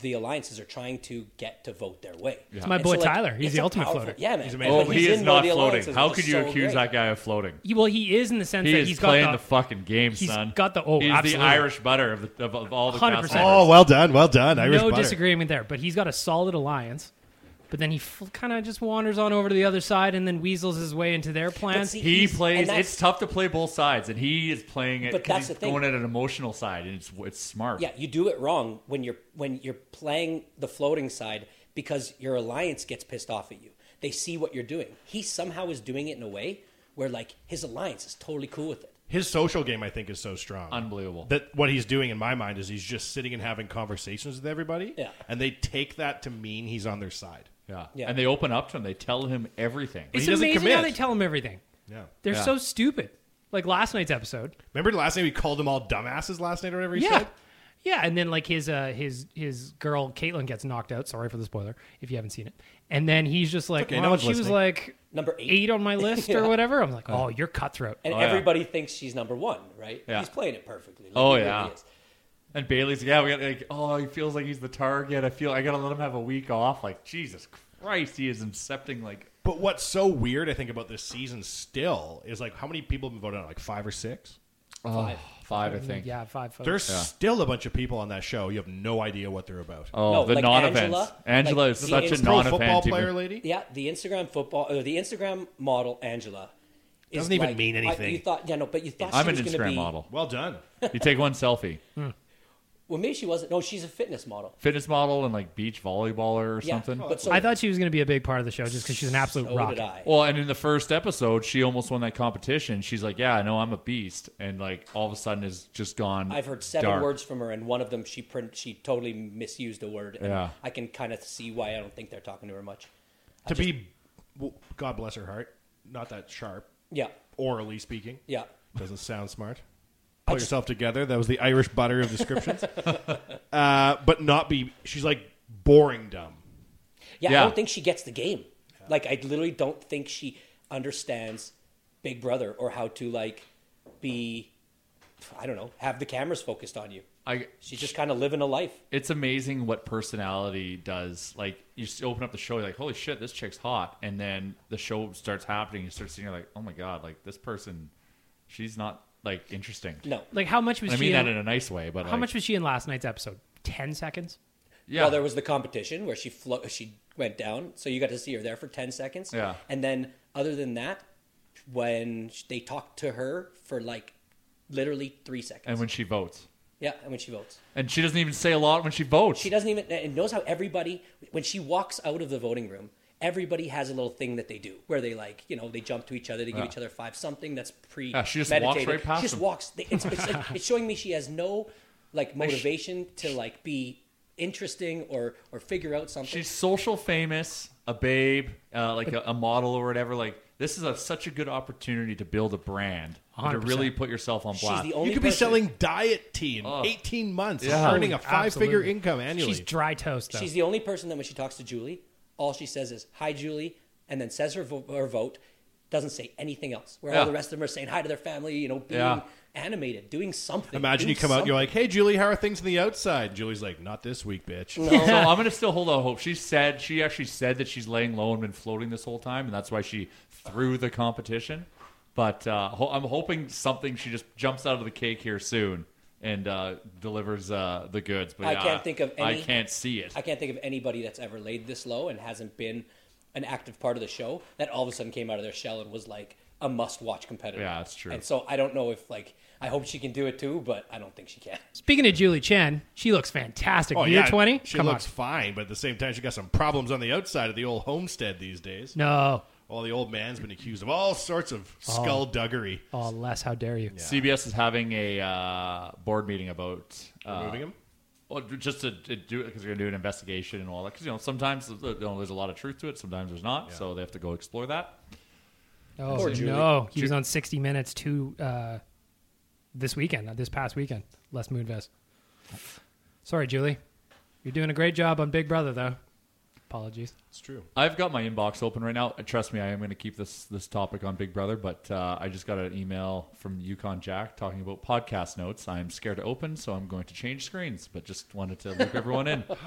S5: the alliances are trying to get to vote their way.
S4: It's my
S5: And
S4: boy
S5: like,
S4: Tyler. He's
S5: it's
S4: the
S5: a
S4: ultimate
S5: powerful-
S4: floater.
S5: Yeah, man.
S4: He's
S3: Oh,
S5: But
S3: he
S5: he's
S3: is
S5: in one of
S3: not
S5: the
S3: floating.
S5: alliances,
S3: How
S5: which
S3: could
S5: is
S3: you
S5: so
S3: accuse
S5: great.
S3: that guy of floating?
S4: He- well, he is in the sense
S3: He
S4: that
S3: is
S4: he's
S3: playing
S4: got
S3: the, fucking game,
S4: he's
S3: son.
S4: got the- oh,
S3: he's
S4: absolutely.
S3: the Irish butter of, the, of, of all the
S4: 100%.
S3: cast members.
S7: Oh, well done, well done. Irish
S4: no
S7: butter.
S4: disagreement there. But he's got a solid alliance. But then he f- kind of just wanders on over to the other side and then weasels his way into their plan.
S3: he plays. It's tough to play both sides, and he is playing it.
S5: But
S3: 'cause
S5: that's
S3: he's
S5: the thing.
S3: going at an emotional side, and it's it's smart.
S5: Yeah, you do it wrong when you're when you're playing the floating side because your alliance gets pissed off at you. They see what you're doing. He somehow is doing it in a way where like his alliance is totally cool with it.
S2: His social game, I think, is so strong. Unbelievable. That what he's doing in my mind is he's just sitting and having conversations with everybody.
S5: Yeah.
S2: And they take that to mean he's on their side.
S3: Yeah. And they open up to him. They tell him everything.
S4: It's amazing how they tell him everything.
S2: Yeah.
S4: They're
S3: Yeah.
S4: so stupid. Like last night's episode.
S2: Remember last night we called them all dumbasses last night or whatever he
S4: yeah.
S2: said?
S4: Yeah, and then like his uh his his girl Caitlyn gets knocked out. Sorry for the spoiler if you haven't seen it. And then he's just like,
S5: okay, no
S4: well,
S5: one's
S4: she was
S5: listening.
S4: like
S5: number eight.
S4: on my list
S5: Yeah.
S4: or whatever. I'm like, oh, you're cutthroat.
S5: And everybody thinks she's number one, right?
S3: Yeah.
S5: He's playing it perfectly. Like,
S3: Oh
S5: he really
S3: yeah.
S5: is.
S3: And Bailey's like, yeah, we got like, oh, he feels like he's the target. I feel I gotta let him have a week off. Like Jesus Christ, he is incepting like
S2: But what's so weird, I think, about this season still is like how many people have been voted on? Like five or six?
S3: Five. Oh, five, I think.
S4: Yeah, five. Folks.
S2: There's still a bunch of people on that show. You have no idea what they're about.
S3: Oh,
S5: No,
S3: the
S5: like
S3: non-events.
S5: Angela,
S3: Angela,
S5: like
S3: is
S5: the
S3: such a
S5: Inst-
S3: non-event. even-
S2: lady?
S5: Yeah, the Instagram football or the Instagram model Angela is
S2: Doesn't even
S5: like-
S2: mean
S5: I-
S2: anything.
S5: you thought, yeah, no, but you thought
S3: I'm
S5: she
S3: an
S5: was gonna
S3: Instagram
S5: be,
S3: model.
S2: Well done.
S3: you take one selfie.
S5: Well, maybe she wasn't. No, she's a fitness model.
S3: Fitness model and like beach volleyballer or
S5: Yeah,
S3: something.
S5: but so-
S4: I thought she was going to be a big part of the show just because she's an absolute
S5: So
S4: rock.
S5: did I.
S3: Well, and in the first episode, she almost won that competition. She's like, "Yeah, I know I'm a beast," and like all of a sudden is just gone.
S5: I've heard seven
S3: dark.
S5: words from her, and one of them she print she totally misused a word. And
S3: Yeah.
S5: I can kind of see why I don't think they're talking to her much. I
S2: to
S5: just-
S2: be, well, God bless her heart, not that sharp.
S5: Yeah.
S2: Orally speaking.
S5: Yeah.
S2: Doesn't sound smart.
S5: I
S2: Pull
S5: just-
S2: yourself together. That was the Irish butter of descriptions. uh, but not be. She's like boring dumb.
S5: yeah,
S2: Yeah.
S5: I don't think she gets the game. Like I literally don't think she understands Big Brother or how to like be. I don't know. Have the cameras focused on you.
S3: I-
S5: She's just kind of living a life.
S3: It's amazing what personality does. Like you just open up the show, you're like, "Holy shit, this chick's hot," and then the show starts happening. You start seeing her like, "Oh my god, like this person, she's not like interesting."
S5: No,
S4: Like how much was
S3: I
S4: she
S3: mean
S4: in,
S3: that in a nice way, but
S4: how
S3: like,
S4: much was she in last night's episode? Ten seconds.
S3: Yeah.
S5: Well, there was the competition where she flo- she went down, so you got to see her there for ten seconds.
S3: Yeah.
S5: And then, other than that, when sh- they talked to her for like literally three seconds.
S3: and when she votes,
S5: yeah, and when she votes,
S3: and she doesn't even say a lot when she votes.
S5: she doesn't even and knows how everybody when she walks out of the voting room. Everybody has a little thing that they do where they like, you know, they jump to each other, they give
S3: Yeah.
S5: each other five something that's pre.
S3: Yeah, she just walks
S5: meditated.
S3: right past
S5: She just
S3: them.
S5: walks. They- It's, it's, it's showing me she has no like motivation to like be interesting or or figure out something.
S3: She's social famous, a babe, uh, like a, a model or whatever. Like this is a, such a good opportunity to build a brand and to
S2: 100%.
S3: really put yourself on
S5: She's
S3: blast.
S5: the only
S2: you could be
S5: person-
S2: selling diet tea in
S3: Oh.
S2: 18 months,
S3: Yeah.
S2: earning a
S3: Holy-
S2: five figure
S3: absolutely.
S2: income annually.
S4: She's dry toast though.
S5: She's the only person that when she talks to Julie, all she says is "Hi, Julie," and then says her, vo- her vote, doesn't say anything else. Where all
S3: Yeah.
S5: the rest of them are saying hi to their family, you know, being
S3: Yeah.
S5: animated, doing something.
S2: Imagine you
S5: doing
S2: come out and you're
S5: something.
S2: like, hey, Julie, how are things on the outside? And Julie's like, not this week, bitch.
S3: so I'm gonna still hold out hope. She said she actually said that she's laying low and been floating this whole time, and that's why she threw the competition. But uh, ho- I'm hoping something. She just jumps out of the cake here soon and uh, delivers uh, the goods. But
S5: I
S3: yeah,
S5: can't think of any.
S3: I can't see it.
S5: I can't think of anybody that's ever laid this low and hasn't been an active part of the show that all of a sudden came out of their shell and was like a must-watch competitor.
S3: Yeah, that's true.
S5: And so I don't know if like I hope she can do it too, but I don't think she can.
S4: Speaking of Julie Chen, she looks fantastic.
S2: Oh,
S4: Year
S2: yeah,
S4: twenty.
S2: She
S4: Come
S2: looks
S4: on.
S2: fine, but at the same time, she got some problems on the outside of the old homestead these days.
S4: No.
S2: Well, the old man's been accused of all sorts of skullduggery.
S4: Oh, Les, how dare you?
S3: CBS is having a uh, board meeting about uh,
S2: Removing him?
S3: Well, ju- just to, to do it because they're going to do an investigation and all that. Because you know sometimes uh, you know, there's a lot of truth to it, sometimes there's not. So they have to go explore that.
S4: Oh
S3: Poor Julie.
S4: no, he was
S3: Ju-
S4: on 60 Minutes two uh, this weekend, uh, this past weekend. Les Moonves. Sorry, Julie. You're doing a great job on Big Brother, though. Apologies.
S2: It's true.
S3: I've got my inbox open right now. Uh, Trust me, I am going to keep this this topic on Big Brother, but uh, I just got an email from Yukon Jack talking about podcast notes. I'm scared to open, so I'm going to change screens, but just wanted to loop everyone in.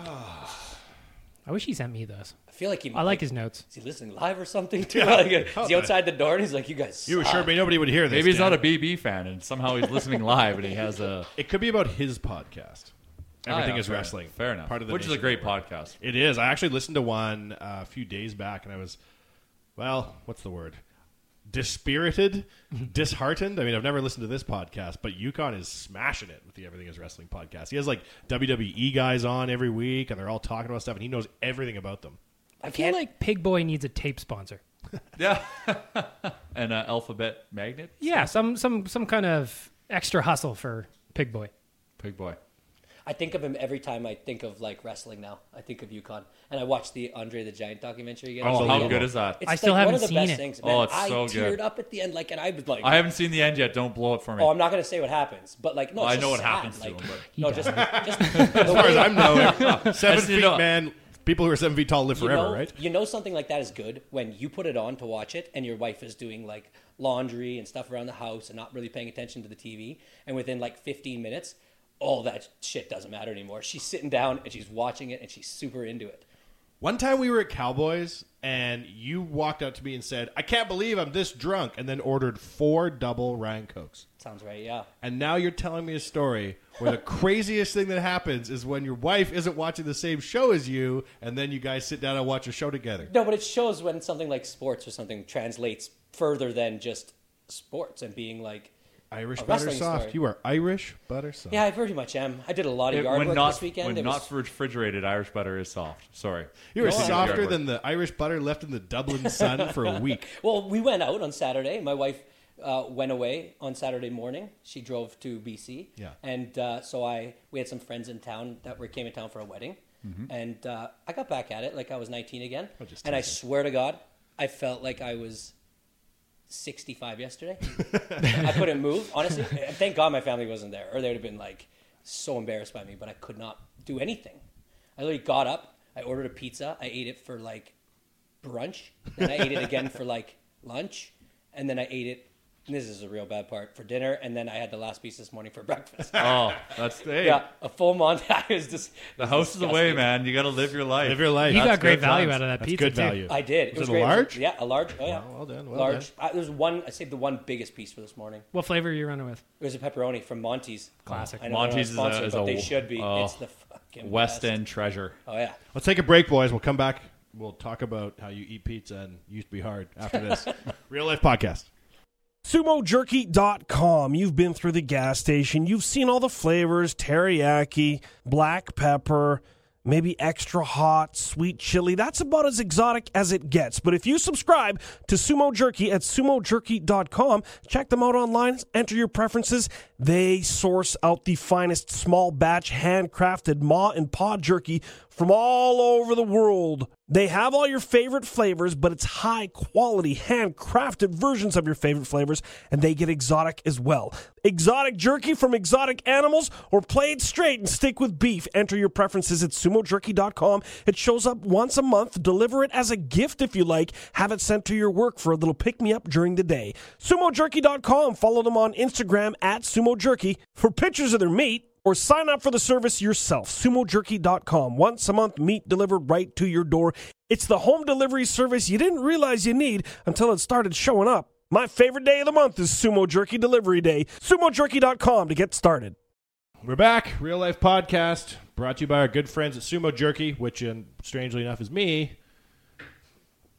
S4: I wish he sent me those.
S5: I feel like he.
S4: I like his notes.
S5: Is he listening live or something too? Like, is he outside the door and he's like, "You guys."
S2: You
S5: suck."
S2: assured me nobody would hear this.
S3: Uh, Maybe he's
S2: Dan.
S3: not a BB fan, and somehow he's listening live, and he has a
S2: It could be about his podcast. Everything
S3: Ah, yeah,
S2: is
S3: fair enough.
S2: wrestling.
S3: Fair enough,
S2: Part of the
S3: which is a
S2: Nation
S3: great
S2: Network.
S3: podcast.
S2: It is. I actually listened to one uh, a few days back, and I was, well, what's the word? Dispirited, disheartened. I mean, I've never listened to this podcast, but Yukon is smashing it with the Everything Is Wrestling podcast. He has like WWE guys on every week, and they're all talking about stuff, and he knows everything about them.
S5: I
S4: I feel
S5: can't.
S4: like Pig Boy needs a tape sponsor.
S3: yeah, and a uh, alphabet magnet.
S4: Yeah, some some some kind of extra hustle for Pig Boy.
S3: Pig boy.
S5: I think of him every time I think of like wrestling. Now I think of UConn, and I watched the Andre the Giant documentary again.
S3: Oh, how
S2: Unbelievable.
S3: good is that?
S5: It's
S4: I still
S5: like one
S4: haven't
S5: of the
S4: seen
S5: best
S4: it.
S5: things.
S3: Oh,
S5: Man,
S3: it's
S5: I
S3: so
S5: teared
S3: good.
S5: up at the end, like, and I was like,
S3: I haven't seen the end yet. Don't blow it for me.
S5: "Oh, I'm not gonna say what happens," but like, no,
S3: Well,
S5: it's
S3: I
S5: just
S3: know what
S5: sad.
S3: happens to
S5: like,
S3: him,
S5: No, just, just as
S2: As far as I'm knowing, seven
S3: just need
S2: feet
S3: to know.
S2: man, people who are seven feet tall live forever,
S5: you know,
S2: right?
S5: You know something like that is good when you put it on to watch it and your wife is doing like laundry and stuff around the house and not really paying attention to the TV and within like 15 minutes all that shit doesn't matter anymore. She's sitting down and she's watching it and she's super into it.
S2: One time we were at Cowboys and you walked up to me and said, I can't believe I'm this drunk, and then ordered four double Ryan Cokes.
S5: Sounds right. Yeah.
S2: And now you're telling me a story where the craziest thing that happens is when your wife isn't watching the same show as you, and then you guys sit down and watch a show together.
S5: No, but it shows when something like sports or something translates further than just sports and being like
S2: Irish
S5: A
S2: butter
S5: wrestling
S2: soft.
S5: story.
S2: You are Irish butter soft.
S5: yeah, I pretty much am. I did a lot of
S3: It-
S5: yard
S3: when
S5: work
S3: not,
S5: this weekend.
S3: when
S5: it
S3: not
S5: was,
S3: refrigerated, Irish butter is soft. Sorry.
S2: You are
S3: Speaking of
S2: softer
S3: yard work.
S2: than the Irish butter left in the Dublin sun for a week.
S5: Well, we went out on Saturday. My wife uh, went away on Saturday morning. She drove to BC.
S2: Yeah.
S5: And uh, so I, we had some friends in town that were came in town for a wedding,
S2: Mm-hmm.
S5: and uh, I got back at it like I was 19 again.
S2: just
S5: and I swear to God, I felt like I was 65 yesterday. I couldn't move. Honestly, And thank God my family wasn't there, or they would have been like so embarrassed by me. But I could not do anything. I literally got up. I ordered a pizza. I ate it for like brunch. Then I ate it again for like lunch, and then I ate it. And this is a real bad part for dinner, and then I had the last piece this morning for breakfast.
S3: Oh, that's hey,
S5: yeah, a full month. I was just
S3: the house is away, man. You got to live your life.
S2: Live your life.
S4: You
S3: That's
S4: got great
S3: good
S4: value
S3: times.
S4: out of that
S2: That's
S4: pizza
S2: good
S4: too.
S2: value.
S5: I did.
S2: Was
S5: It was
S2: it a
S5: great.
S2: large?
S5: Yeah, a large. Oh yeah.
S2: Wow, well done, well
S5: large. I, there was one. I saved the one biggest piece for this morning.
S4: What flavor are you running with?
S5: It was a pepperoni from Monty's.
S4: Classic.
S5: I know they're not
S3: Monty's is a-
S5: sponsored,
S3: is
S5: but
S3: a-
S5: they should be.
S3: oh,
S5: it's the fucking
S3: West
S5: best.
S3: End treasure.
S5: Oh yeah.
S2: Let's take a break, boys. We'll come back. We'll talk about how you eat pizza and used to be hard after this. Real life podcast.
S7: SumoJerky.com. You've been through the gas station. You've seen all the flavors teriyaki, black pepper, maybe extra hot, sweet chili. That's about as exotic as it gets. But if you subscribe to Sumo Jerky at sumojerky.com, check them out online, enter your preferences. They source out the finest small batch, handcrafted ma and pa jerky from all over the world. They have all your favorite flavors, but it's high quality, handcrafted versions of your favorite flavors, and they get exotic as well. Exotic jerky from exotic animals, or play it straight and stick with beef. Enter your preferences at sumojerky.com. It shows up once a month. Deliver it as a gift if you like. Have it sent to your work for a little pick me up during the day. Sumojerky.com. Follow them on Instagram at sumojerky for pictures of their meat or sign up for the service yourself. SumoJerky.com. Once a month, meat delivered right to your door. It's the home delivery service you didn't realize you need until it started showing up. My favorite day of the month is Sumo Jerky Delivery Day. SumoJerky.com to get started.
S2: We're back, real life podcast brought to you by our good friends at Sumo Jerky, which, in, strangely enough, is me.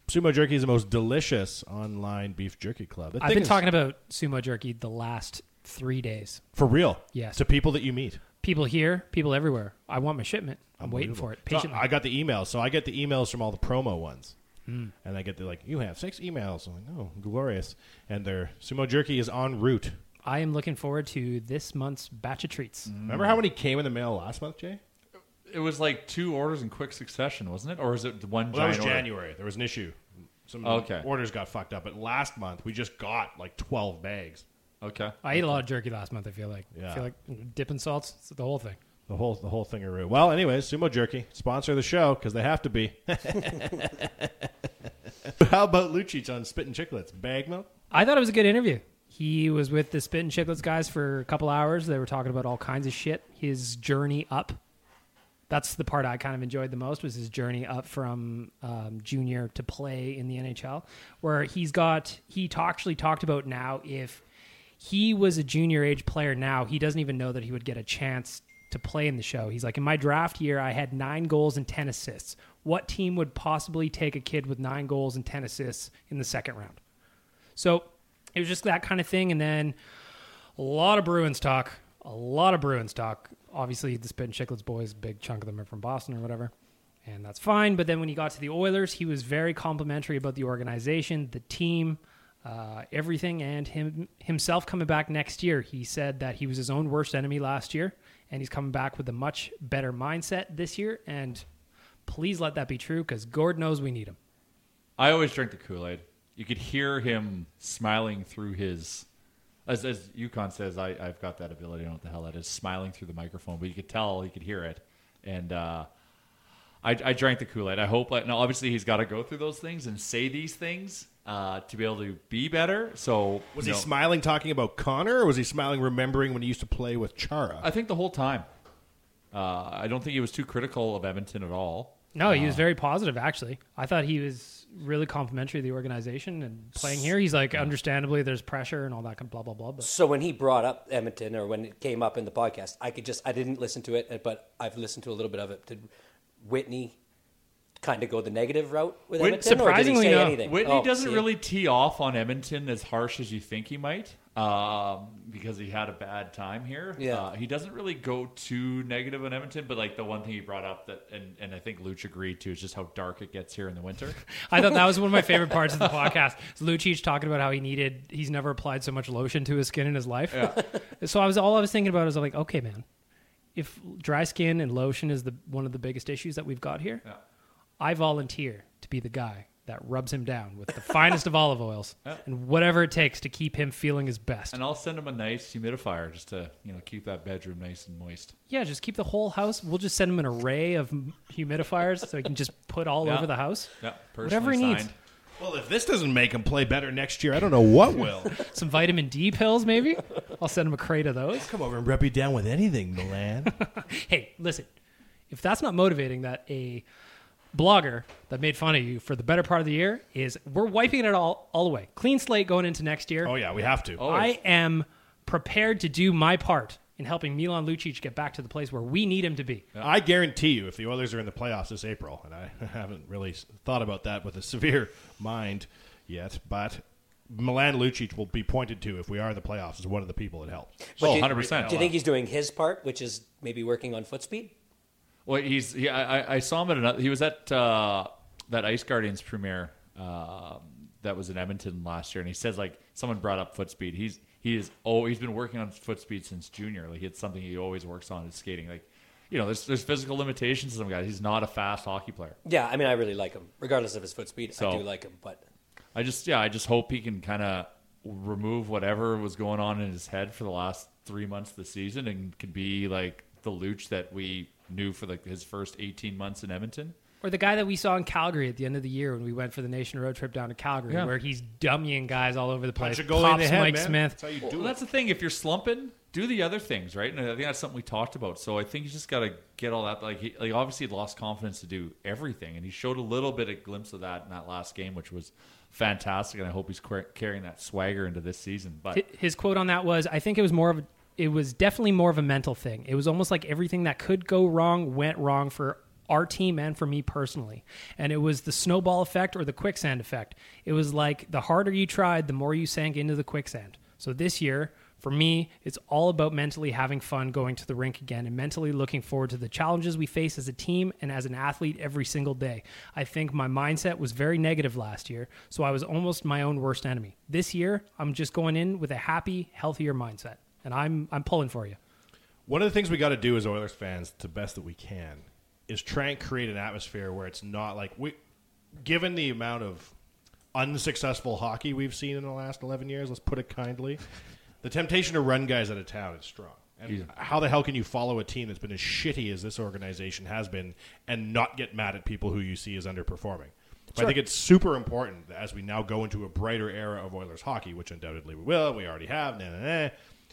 S2: Sumo Jerky is the most delicious online beef jerky club. That
S4: I've
S2: thing
S4: been
S2: is
S4: talking about sumo jerky the last three days.
S2: for real,
S4: Yes.
S2: to people that you meet.
S4: People here, people everywhere. I want my shipment. I'm waiting for it
S2: So
S4: patiently.
S2: I got the emails, so I get the emails from all the promo ones,
S4: Hmm.
S2: and I get the like, you have six emails. I'm like, oh, glorious! And their Sumo Jerky is en route.
S4: I am looking forward to this month's batch of treats.
S2: Mm. Remember how many came in the mail last month, Jay?
S3: It was like two orders in quick succession, wasn't it? Or is it one
S2: Well, that was
S3: giant order?
S2: January. There was an issue. Some
S3: Okay.
S2: orders got fucked up, but last month we just got like twelve bags.
S3: Okay.
S4: I ate a lot of jerky last month. I feel like.
S2: Yeah.
S4: I feel like dipping salts, it's the whole thing.
S2: The whole the whole thing thing Well, anyways, Sumo Jerky sponsor the show because they have to be. How about Lucic on Spit and Chicklets? Bag milk.
S4: I thought it was a good interview. He was with the Spit and Chicklets guys for a couple hours. They were talking about all kinds of shit. His journey up. That's the part I kind of enjoyed the most was his journey up from um, junior to play in the NHL, where he's got he talk, actually talked about now if he was a junior age player now he doesn't even know that he would get a chance to play in the show. He's like in my draft year I had nine goals and ten assists. What team would possibly take a kid with nine goals and ten assists in the second round? So it was just that kind of thing. And then a lot of Bruins talk, a lot of Bruins talk. Obviously, the Spit and Chicklets boys, big chunk of them are from Boston or whatever. And that's fine. But then when he got to the Oilers, he was very complimentary about the organization, the team, uh, everything, and him himself coming back next year. He said that he was his own worst enemy last year, and he's coming back with a much better mindset this year. And please let that be true because Gord knows we need him.
S3: I always drink the Kool Aid. You could hear him smiling through his, as as Yukon says, I I've got that ability. I don't know what the hell that is. Smiling through the microphone, but you could tell you could hear it, and uh, I I drank the Kool Aid. I hope. I, now, obviously, he's got to go through those things and say these things uh, to be able to be better. So
S2: Was
S3: you
S2: he
S3: know,
S2: smiling talking about Connor, or was he smiling remembering when he used to play with Chara?
S3: I think the whole time. Uh, I don't think he was too critical of Edmonton at all.
S4: No, he was very positive. Actually, I thought he was really complimentary of the organization and playing here. He's like, understandably, there's pressure and all that, kind of blah blah blah. But
S5: So when he brought up Edmonton, or when it came up in the podcast, I could just I didn't listen to it, but I've listened to a little bit of it. Did Whitney kind of go the negative route with
S3: Whit-
S5: Edmonton, or did he say anything?
S3: Whitney
S5: Oh,
S3: doesn't
S5: see?
S3: really tee off on Edmonton as harsh as you think he might, um, because he had a bad time here.
S5: Yeah.
S3: Uh, he doesn't really go too negative on Edmonton, but like the one thing he brought up that, and, and I think Luch agreed to, is just how dark it gets here in the winter.
S4: I thought that was one of my favorite parts of the podcast. Is Lucic talking about how he needed, he's never applied so much lotion to his skin in his life.
S3: Yeah.
S4: so I was all I was thinking about was like, okay, man, if dry skin and lotion is the one of the biggest issues that we've got here, I volunteer to be the guy that rubs him down with the finest of olive oils and whatever it takes to keep him feeling his best.
S3: and I'll send him a nice humidifier just to you know keep that bedroom nice and moist.
S4: Yeah, just keep the whole house. We'll just send him an array of m- humidifiers so he can just put all
S3: Yeah.
S4: over the house.
S3: Yeah,
S4: whatever
S3: personally
S4: he
S3: signed.
S2: Well, if this doesn't make him play better next year, I don't know what will.
S4: needs. Some vitamin D pills, maybe. I'll send him a crate of those.
S2: Come over and rep you down with anything, Milan.
S4: hey, listen, if that's not motivating that a blogger that made fun of you for the better part of the year is we're wiping it all all away. Clean slate going into next year.
S2: oh yeah, we have to.
S4: I am prepared to do my part in helping Milan Lucic get back to the place where we need him to be.
S2: I guarantee you, if the Oilers are in the playoffs this April, and I haven't really s- thought about that with a severe mind yet, but Milan Lucic will be pointed to if we are in the playoffs as one of the people that helped.
S5: But
S3: Oh,
S5: did-
S3: 100%.
S5: Do you think he's doing his part, which is maybe working on foot speed?
S3: Well, he's he, I, I- I saw him at another. He was at uh, that Ice Guardians premiere um that was in Edmonton last year, and he says like someone brought up foot speed. He's he is oh he's been working on foot speed since junior. Like it's something he always works on is skating. Like you know, there's there's physical limitations to some guys. He's not a fast hockey player.
S5: Yeah, I mean, I really like him, regardless of his foot speed. I
S3: So-
S5: do like him, but
S3: I just yeah, I just hope he can kind of remove whatever was going on in his head for the last three months of the season and can be like the Luch that we knew for like his first 18 months in Edmonton.
S4: Or the guy that we saw in Calgary at the end of the year when we went for the nation road trip down to Calgary,
S3: Yeah.
S4: where he's dummying guys all over the place.
S2: Punch a goalie in
S4: Pops
S2: the head,
S4: Mike
S2: man.
S4: Smith.
S2: That's how you
S3: Well,
S2: do it.
S3: that's the thing. If you're slumping, do the other things, right? And I think that's something we talked about. So I think he's just got to get all that. Like, he, like obviously, he lost confidence to do everything, and he showed a little bit of glimpse of that in that last game, which was fantastic. And I hope he's quar- carrying that swagger into this season. But
S4: Hi- his quote on that was i think it was more of a, it was definitely more of a mental thing it was almost like everything that could go wrong went wrong for our team and for me personally and it was the snowball effect or the quicksand effect it was like the harder you tried the more you sank into the quicksand so this year for me it's all about mentally having fun going to the rink again and mentally looking forward to the challenges we face as a team and as an athlete every single day i think my mindset was very negative last year so i was almost my own worst enemy this year i'm just going in with a happy healthier mindset and i'm i'm pulling for you
S2: One of the things we got to do as Oilers fans, the best that we can, is try and create an atmosphere where it's not like we, given the amount of unsuccessful hockey we've seen in the last eleven years, let's put it kindly, the temptation to run guys out of town is strong. And how the hell can you follow a team that's been as shitty as this organization has been and not get mad at people who you see as underperforming? But I
S7: Sure.
S2: think it's super important that as we now go into a brighter era of Oilers hockey, which undoubtedly we will, we already have, nah, nah, nah,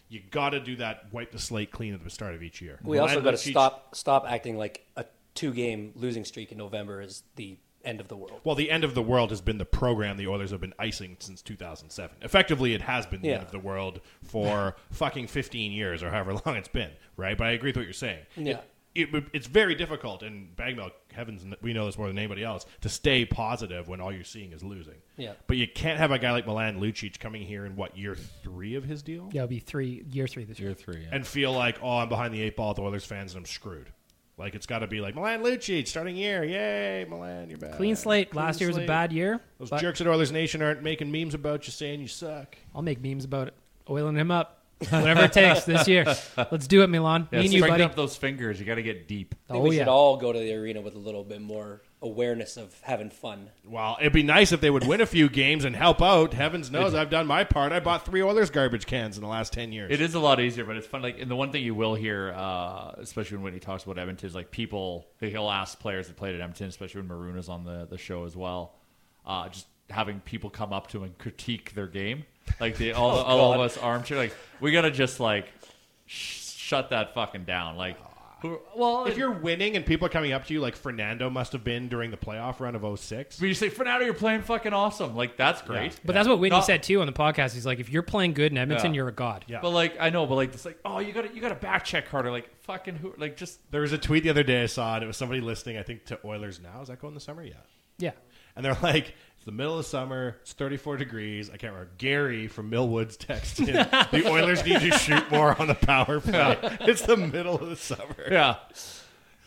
S2: you got to do that, wipe the slate clean at the start of each year.
S5: We also
S2: Line
S5: got to
S2: each-
S5: stop stop acting like a two game losing streak in November is the end of the world.
S2: Well, the end of the world has been the program the Oilers have been icing since 2007. Effectively, it has been the end
S5: Yeah.
S2: of the world for fucking 15 years or however long it's been, right? But I agree with what you're saying. It-
S5: Yeah.
S2: It, would it's very difficult, and Bagmel, heavens, we know this more than anybody else, to stay positive when all you're seeing is losing.
S4: Yeah.
S2: But you can't have a guy like Milan Lucic coming here in, what, year three of his deal?
S4: Yeah, it'll be three year three this year.
S3: Year three.
S2: and feel like, oh, I'm behind the eight ball with Oilers fans and I'm screwed. Like it's got to be like Milan Lucic starting year, yay, Milan, you're back.
S4: Clean slate.
S2: Clean
S4: Last year was a
S2: slate.
S4: bad year.
S2: Those
S4: but
S2: jerks at Oilers Nation aren't making memes about you saying you suck.
S4: I'll make memes about it. Oiling him up. Whatever it takes this year. Let's do it, Milan.
S3: Yeah,
S4: Me and you,
S3: strengthen
S4: buddy.
S3: up those fingers. You got to get deep.
S5: I think we should all go to the arena with a little bit more awareness of having fun.
S2: Well, it'd be nice if they would win a few games and help out. Heavens knows I've done my part. I bought three Oilers garbage cans in the last ten years.
S3: It is a lot easier, but it's fun. Like, and the one thing you will hear, uh, especially when Whitney talks about Edmonton, is like people he'll ask players that played at Edmonton, especially when Maroon is on the, the show as well, uh, just having people come up to him and critique their game. Like the all,
S5: Oh,
S3: all of
S5: God.
S3: us armchair, like we gotta just like sh- shut that fucking down. Like, who, well,
S2: if you're winning and people are coming up to you, like Fernando must have been during the playoff run of 06.
S3: when you say Fernando, you're playing fucking awesome. Like that's great.
S4: But that's what Whitney
S3: Not-
S4: said too on the podcast. He's like, if you're playing good in Edmonton,
S3: Yeah.
S4: you're a god.
S2: Yeah.
S3: But like I know, but like it's like oh you gotta you gotta back check harder. Like fucking who? Like just
S2: There was a tweet the other day I saw, and it was somebody listening, I think, to Oilers Now. Is that going this summer? Yeah.
S4: Yeah.
S2: And they're like, it's the middle of summer, it's 34 degrees. I can't remember. Gary from Millwoods texted, the Oilers need to shoot more on the power play. It's the middle of the summer.
S3: yeah.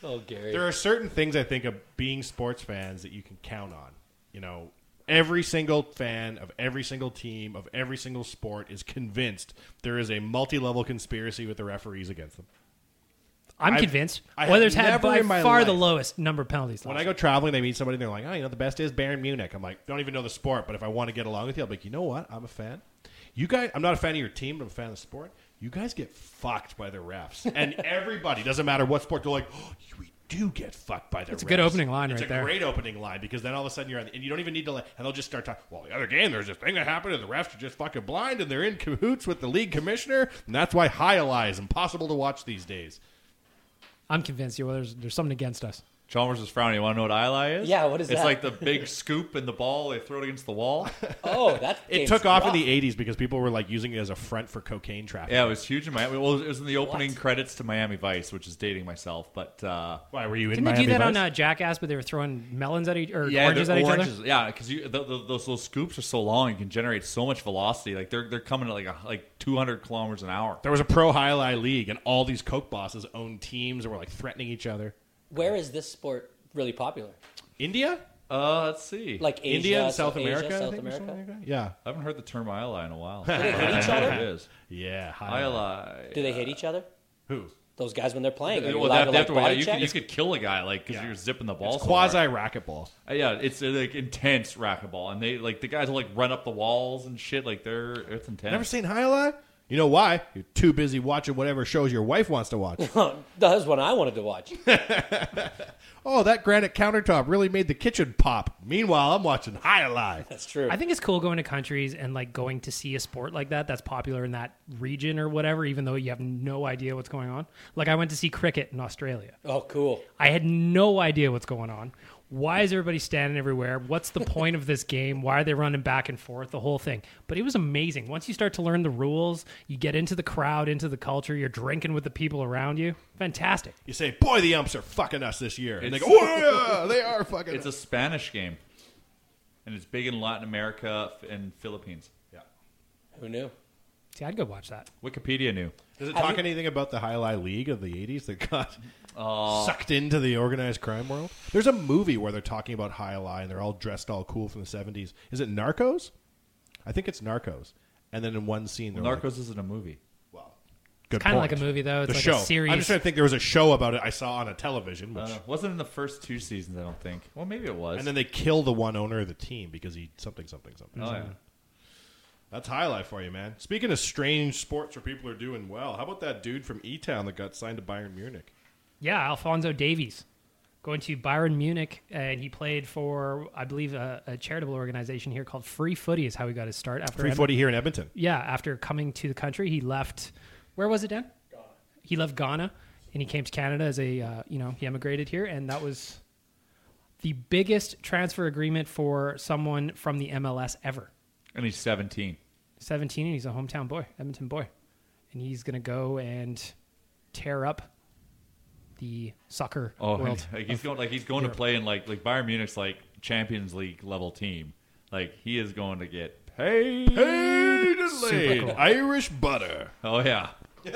S5: Oh, Gary.
S2: There are certain things I think of being sports fans that you can count on. You know, every single fan of every single team of every single sport is convinced there is a multi-level conspiracy with the referees against them.
S4: I'm
S2: I've-
S4: convinced.
S2: I have
S4: Oilers had
S2: never
S4: by
S2: in my
S4: far the
S2: life-
S4: lowest number of penalties.
S2: When
S4: last
S2: I go traveling, they meet somebody and they're like, oh, you know, the best is Bayern Munich. I'm like, don't even know the sport, but if I want to get along with you, I'll be like, you know what? I'm a fan. You guys, I'm not a fan of your team, but I'm a fan of the sport. You guys get fucked by the refs. And everybody, doesn't matter what sport, they're like, oh, we do get fucked by the refs.
S4: It's a good opening line
S2: It's
S4: right
S2: a
S4: there.
S2: great opening line because then all of a sudden you're on, the, and you don't even need to, like, and they'll just start talking, well, the other game, there's this thing that happened, and the refs are just fucking blind, and they're in cahoots with the league commissioner, and that's why High Ally is impossible to watch these days.
S4: I'm convinced. You there's there's something against us.
S3: Chalmers is frowning. You want to know what eye is?
S5: Yeah, what is
S3: it's
S5: that?
S3: like the big scoop and the ball. They throw it against the wall.
S5: Oh, that
S2: It
S5: game's
S2: took off in
S5: rough.
S2: the 80s because people were like using it as a front for cocaine trafficking.
S3: yeah, it was huge in Miami. Well, it was in the opening credits to Miami Vice, which is dating myself. But uh,
S2: Why were you in
S4: Didn't
S2: Miami
S4: they do that
S2: Vice?
S4: on uh, Jackass? But they were throwing melons at each or
S3: yeah,
S4: oranges
S3: they're
S4: at each
S3: oranges.
S4: other.
S3: Yeah, because you th th those little scoops are so long, you can generate so much velocity. Like they're they're coming at like a, like 200 kilometers an hour.
S2: There was a pro high lie league, and all these coke bosses owned teams that were like threatening each other.
S5: Where is this sport really popular?
S2: India,
S3: Uh, let's see.
S5: Like Asia,
S2: India, and South
S5: Asia,
S2: America, I
S5: South
S2: think, or something
S5: America.
S2: like that? yeah,
S3: I haven't heard the term eye lie in a while.
S5: they hit each
S3: I know
S5: other?
S3: It is
S2: yeah. High
S3: eye
S2: lie.
S3: lie.
S5: Do they hate each other?
S2: Who?
S5: Those guys when they're playing. Are you
S3: Well,
S5: allowed
S3: that, that-
S5: to,
S3: well,
S5: like,
S3: yeah,
S5: body
S3: you,
S5: check?
S3: could, you could kill a guy like because
S2: Yeah.
S3: you're zipping the ball.
S2: It's
S3: so hard.
S2: quasi racquetball.
S3: Uh, Yeah, it's uh, like intense racquetball, and they like the guys will like run up the walls and shit. Like they're it's intense.
S2: Never seen high lie. You know why? You're too busy watching whatever shows your wife wants to watch.
S5: that was one I wanted to watch.
S2: oh, that granite countertop really made the kitchen pop. Meanwhile, I'm watching high lie.
S5: That's true.
S4: I think it's cool going to countries and like going to see a sport like that that's popular in that region or whatever, even though you have no idea what's going on. Like I went to see cricket in Australia.
S5: oh, cool.
S4: I had no idea what's going on. Why is everybody standing everywhere? What's the point of this game? Why are they running back and forth? The whole thing. But it was amazing. Once you start to learn the rules, you get into the crowd, into the culture, you're drinking with the people around you. Fantastic.
S2: You say, boy, the umps are fucking us this year, and they go,
S3: It's-
S2: oh yeah, they are fucking.
S3: It's a
S2: us.
S3: Spanish game, and it's big in Latin America f- and Philippines.
S2: yeah.
S5: Who knew?
S4: See, I'd go watch that.
S3: Wikipedia knew.
S2: Does it
S5: Have
S2: talk
S5: you-
S2: anything about the High Lie League of the 80s that got
S3: Uh,
S2: sucked into the organized crime world? There's a movie where they're talking about High Lie and they're all dressed all cool from the 70s. Is it Narcos? I think it's Narcos. And then in one scene, they're
S3: Narcos
S2: like,
S3: isn't a movie.
S2: well, good
S4: kinda
S2: point.
S4: like a movie, though. It's
S2: the
S4: like a
S2: show.
S4: series.
S2: I'm just trying to think there was a show about it I saw on a television, which,
S3: Uh, wasn't in the first two seasons, I don't think. Well, maybe it was.
S2: and then they kill the one owner of the team because he something, something, something.
S3: oh yeah.
S2: That's high life for you, man. Speaking of strange sports where people are doing well, how about that dude from E Town that got signed to Bayern Munich?
S4: Yeah, Alfonso Davies going to Bayern Munich, and he played for, I believe, a, a charitable organization here called Free Footy. Is how he got his start after
S2: Free
S4: Edmont-
S2: footy here in Edmonton.
S4: Yeah, after coming to the country, he left. Where was it, Dan? Ghana. He left Ghana, and he came to Canada as a uh, you know he emigrated here, and that was the biggest transfer agreement for someone from the MLS ever.
S3: And he's 17.
S4: 17 and he's a hometown boy, Edmonton boy. And he's going to go and tear up the soccer
S3: Oh,
S4: world.
S3: like he's
S4: of
S3: going like he's going
S4: Europe.
S3: to play in like like Bayern Munich's like Champions League level team. Like he is going to get paid.
S2: Paid and
S3: Super
S2: laid.
S3: cool.
S2: Irish butter.
S3: Oh yeah.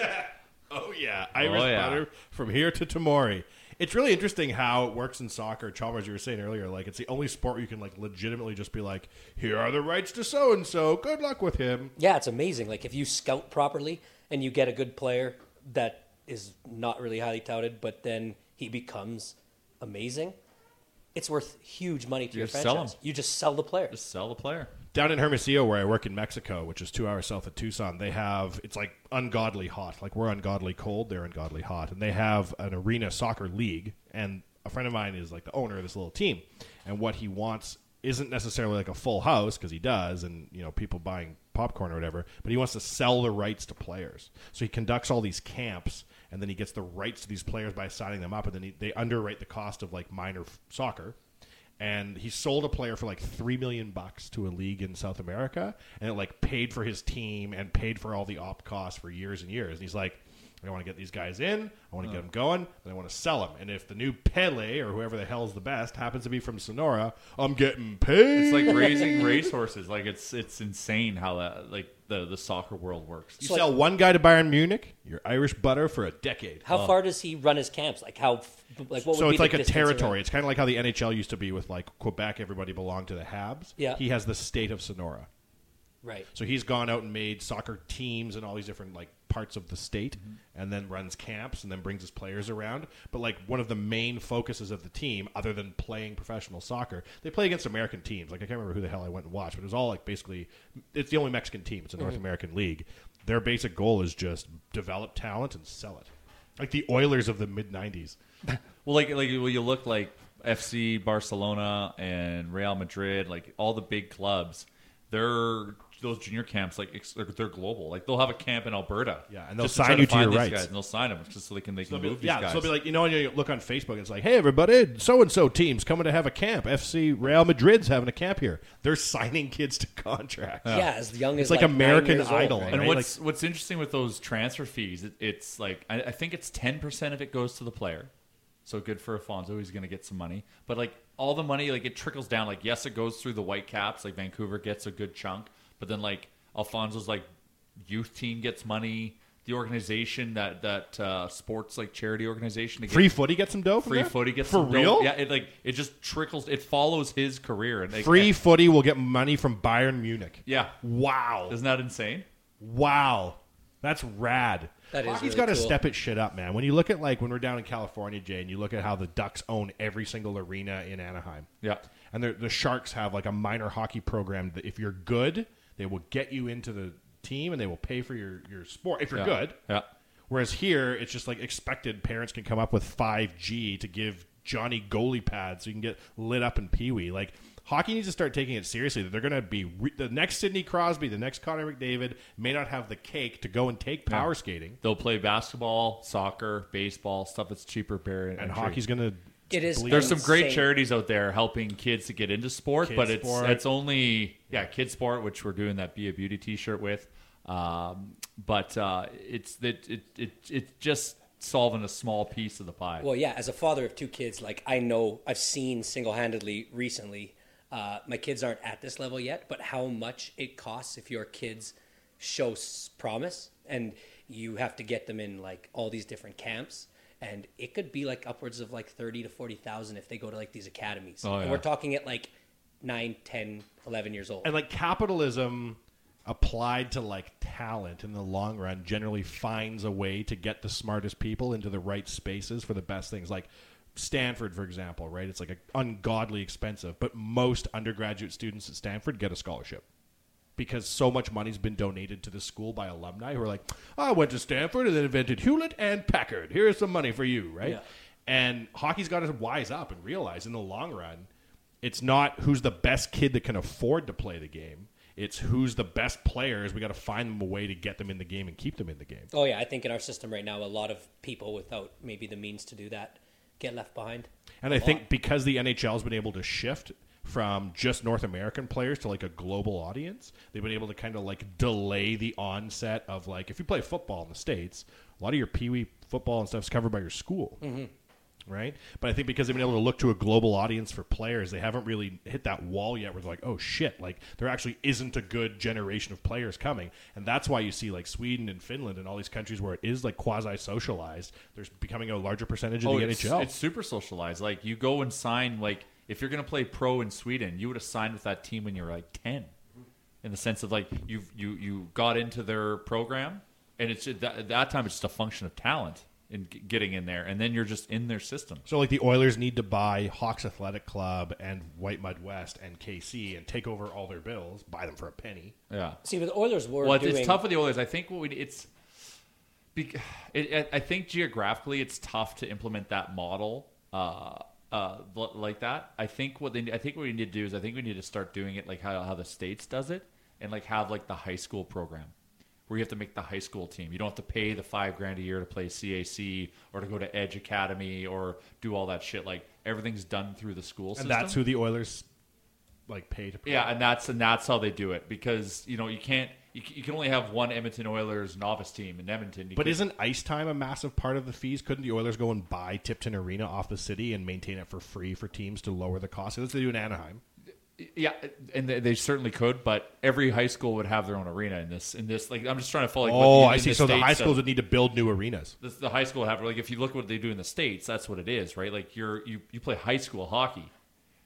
S2: oh yeah, Irish
S3: Oh, yeah.
S2: butter from here to Tamori. It's really interesting how it works in soccer. Chalmers, you were saying earlier, like it's the only sport where you can like legitimately just be like, here are the rights to so and so. Good luck with him.
S5: Yeah, it's amazing. Like if you scout properly and you get a good player that is not really highly touted, but then he becomes amazing, it's worth huge money to
S3: You
S5: your
S3: just sell
S5: franchise.
S3: him.
S5: You just sell the player.
S3: Just sell the player.
S2: Down in Hermosillo, where I work in Mexico, which is two hours south of Tucson, they have it's like ungodly hot. Like we're ungodly cold, they're ungodly hot, and they have an arena soccer league. And a friend of mine is like the owner of this little team, and what he wants isn't necessarily like a full house because he does, and you know people buying popcorn or whatever, but he wants to sell the rights to players. So he conducts all these camps, and then he gets the rights to these players by signing them up, and then he, they underrate the cost of like minor f- soccer and he sold a player for like three million bucks to a league in South America, and it like paid for his team and paid for all the op costs for years and years. And he's like, I want to get these guys in, I want to get them going, and I want to sell them. And if the new Pele or whoever the hell's the best happens to be from Sonora, I'm getting paid.
S3: It's like raising racehorses. Like it's it's insane how that like the the soccer world works.
S2: You sell one guy to Bayern Munich, your Irish butter for a decade. Oh.
S5: How far does he run his camps? Like how? f- Like what?
S2: so
S5: would
S2: it's
S5: be
S2: like
S5: the
S2: a
S5: distance
S2: territory.
S5: around?
S2: It's kind of like how the NHL used to be with like Quebec. Everybody belonged to the Habs.
S5: Yeah.
S2: he has the state of Sonora.
S5: Right.
S2: So he's gone out and made soccer teams in all these different like parts of the state,
S5: Mm-hmm.
S2: and then runs camps and then brings his players around. But like one of the main focuses of the team, other than playing professional soccer, they play against American teams. Like I can't remember who the hell I went and watched, but it was all like basically it's the only Mexican team. It's a
S5: Mm-hmm.
S2: North American league. Their basic goal is just develop talent and sell it, like the Oilers of the mid '90s.
S3: Well, like like well, you look like FC Barcelona and Real Madrid, like all the big clubs. They're those junior camps, like ex- they're, they're global. Like they'll have a camp in Alberta,
S2: Yeah, and they'll
S3: just to
S2: sign
S3: try
S2: you to
S3: to find
S2: your
S3: these
S2: rights.
S3: guys, and they'll sign them just so they can they can
S2: They'll be-
S3: move
S2: yeah,
S3: these guys.
S2: so it'll be like, you know, when you look on Facebook, it's like, hey, everybody, so and so team's coming to have a camp. FC Real Madrid's having a camp here. They're signing kids to contracts.
S5: Yeah, as young
S2: It's
S5: as
S2: like
S5: like nine
S2: American
S5: years old,
S2: Idol.
S5: right?
S3: And
S2: right?
S3: what's what's interesting with those transfer fees, it, it's like I, I think it's ten percent of it goes to the player. So good for Afonso, he's going to get some money. But like all the money, like it trickles down. Like yes, it goes through the White Caps. Like Vancouver gets a good chunk, but then like Alfonso's like youth team gets money. The organization that that uh, sports like charity organization, they get
S2: free footy gets some dough. from
S3: free
S2: there?
S3: footy gets
S2: for
S3: some dough.
S2: real.
S3: Yeah, it like it just trickles. It follows his career. And like,
S2: free
S3: and-
S2: footy will get money from Bayern Munich.
S3: yeah.
S2: Wow,
S3: Isn't that insane?
S2: wow, that's rad.
S5: That is
S2: Hockey's
S5: really
S2: got to
S5: cool.
S2: step it shit up, man. When you look at like when we're down in California, Jay, and you look at how the Ducks own every single arena in Anaheim.
S3: Yeah.
S2: and the the Sharks have like a minor hockey program that if you're good, they will get you into the team and they will pay for your your sport if you're
S3: Yeah.
S2: good.
S3: Yeah.
S2: Whereas here, it's just like expected. Parents can come up with five G to give Johnny goalie pads so you can get lit up in Pee Wee. Like hockey needs to start taking it seriously. They're going to be re- the next Sidney Crosby, the next Connor McDavid may not have the cake to go and take power skating,
S3: They'll play basketball, soccer, baseball, stuff that's cheaper. Bare
S2: and hockey's going to.
S5: It is.
S3: There's some great
S5: insane.
S3: charities out there helping kids to get into sport,
S2: Kids
S3: but it's
S2: sport.
S3: it's only yeah, kid sport, which we're doing that be a beauty T-shirt with. Um, but uh, it's that it, it it's just solving a small piece of the pie.
S5: Well, yeah, as a father of two kids, like I know I've seen single handedly recently, uh, my kids aren't at this level yet, but how much it costs if your kids show s- promise and you have to get them in like all these different camps. And it could be like upwards of like 30 to 40,000 if they go to like these academies.
S3: Oh,
S5: And
S3: yeah.
S5: we're talking at like 9, 10, 11 years old.
S2: and like capitalism applied to like talent in the long run generally finds a way to get the smartest people into the right spaces for the best things like Stanford for example right it's like a, ungodly expensive but most undergraduate students at Stanford get a scholarship because so much money's been donated to the school by alumni who are like, "Oh, I went to Stanford and then invented Hewlett and Packard. Here's some money for you, right?
S3: Yeah.
S2: And hockey's got to wise up and realize in the long run, it's not who's the best kid that can afford to play the game. It's who's the best players. We got to find them a way to get them in the game and keep them in the game.
S5: Oh yeah, I think in our system right now, a lot of people without maybe the means to do that get left behind.
S2: And I
S5: A lot.
S2: think because the NHL has been able to shift from just North American players to like a global audience, they've been able to kind of like delay the onset of like if you play football in the states, a lot of your peewee football and stuff is covered by your school.
S3: Mm-hmm.
S5: Mhm.
S2: Right, but I think because they've been able to look to a global audience for players, they haven't really hit that wall yet. Where they're like, "Oh shit!" Like there actually isn't a good generation of players coming, and that's why you see like Sweden and Finland and all these countries where it is like quasi socialized. There's becoming a larger percentage of the
S3: Oh, it's,
S2: NHL.
S3: It's super socialized. Like you go and sign. Like if you're going to play pro in Sweden, you would have signed with that team when you were like ten. In the sense of like you you you got into their program, and it's that, at that time it's just a function of talent and g- getting in there, and then you're just in their system.
S2: So, like the Oilers need to buy Hawks Athletic Club and White Mud West and KC and take over all their bills, buy them for a penny.
S3: Yeah.
S5: See, but the Oilers were
S3: Well, it's,
S5: doing
S3: it's tough for the Oilers. I think what we it's. bec- It, it, I think geographically, it's tough to implement that model uh, uh, l- like that. I think what they, I think what we need to do is I think we need to start doing it like how, how the states does it, and like have like the high school program, where you have to make the high school team. You don't have to pay the five grand a year to play CAC or to go to Edge Academy or do all that shit. Like everything's done through the school
S2: And
S3: system.
S2: that's who the Oilers like pay to play.
S3: Yeah, and that's and that's how they do it because you know you can't you, c- you can only have one Edmonton Oilers novice team in Edmonton. You
S2: But
S3: can-
S2: isn't ice time a massive part of the fees? Couldn't the Oilers go and buy Tipton Arena off the city and maintain it for free for teams to lower the cost? That's what they do in Anaheim.
S3: yeah, and they, they certainly could, but every high school would have their own arena in this in this like I'm just trying to follow. Like, what
S2: oh,
S3: even
S2: I
S3: in
S2: see.
S3: the
S2: So the high
S3: States
S2: schools
S3: does.
S2: would need to build new arenas.
S3: the, the high school have like if you look what they do in the states that's what it is right like you're you, you play high school hockey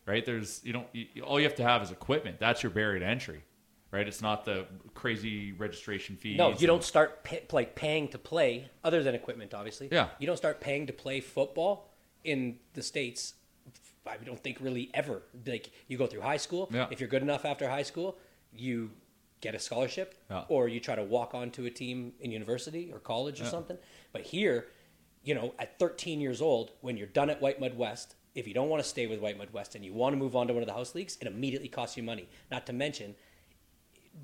S3: right there's you don't you, all you have to have is equipment that's your barrier to entry right it's not the crazy registration fees
S5: No, you
S3: and-
S5: don't start pa- like paying to play other than equipment, obviously.
S3: Yeah.
S5: You don't start paying to play football in the states. I don't think really ever. Like you go through high school.
S3: Yeah.
S5: If you're good enough after high school, you get a scholarship,
S3: Yeah.
S5: or you try to walk onto a team in university or college or
S3: Yeah.
S5: something. But here, you know, at 13 years old, when you're done at White Mud West, if you don't want to stay with White Mud West and you want to move on to one of the house leagues, it immediately costs you money. Not to mention,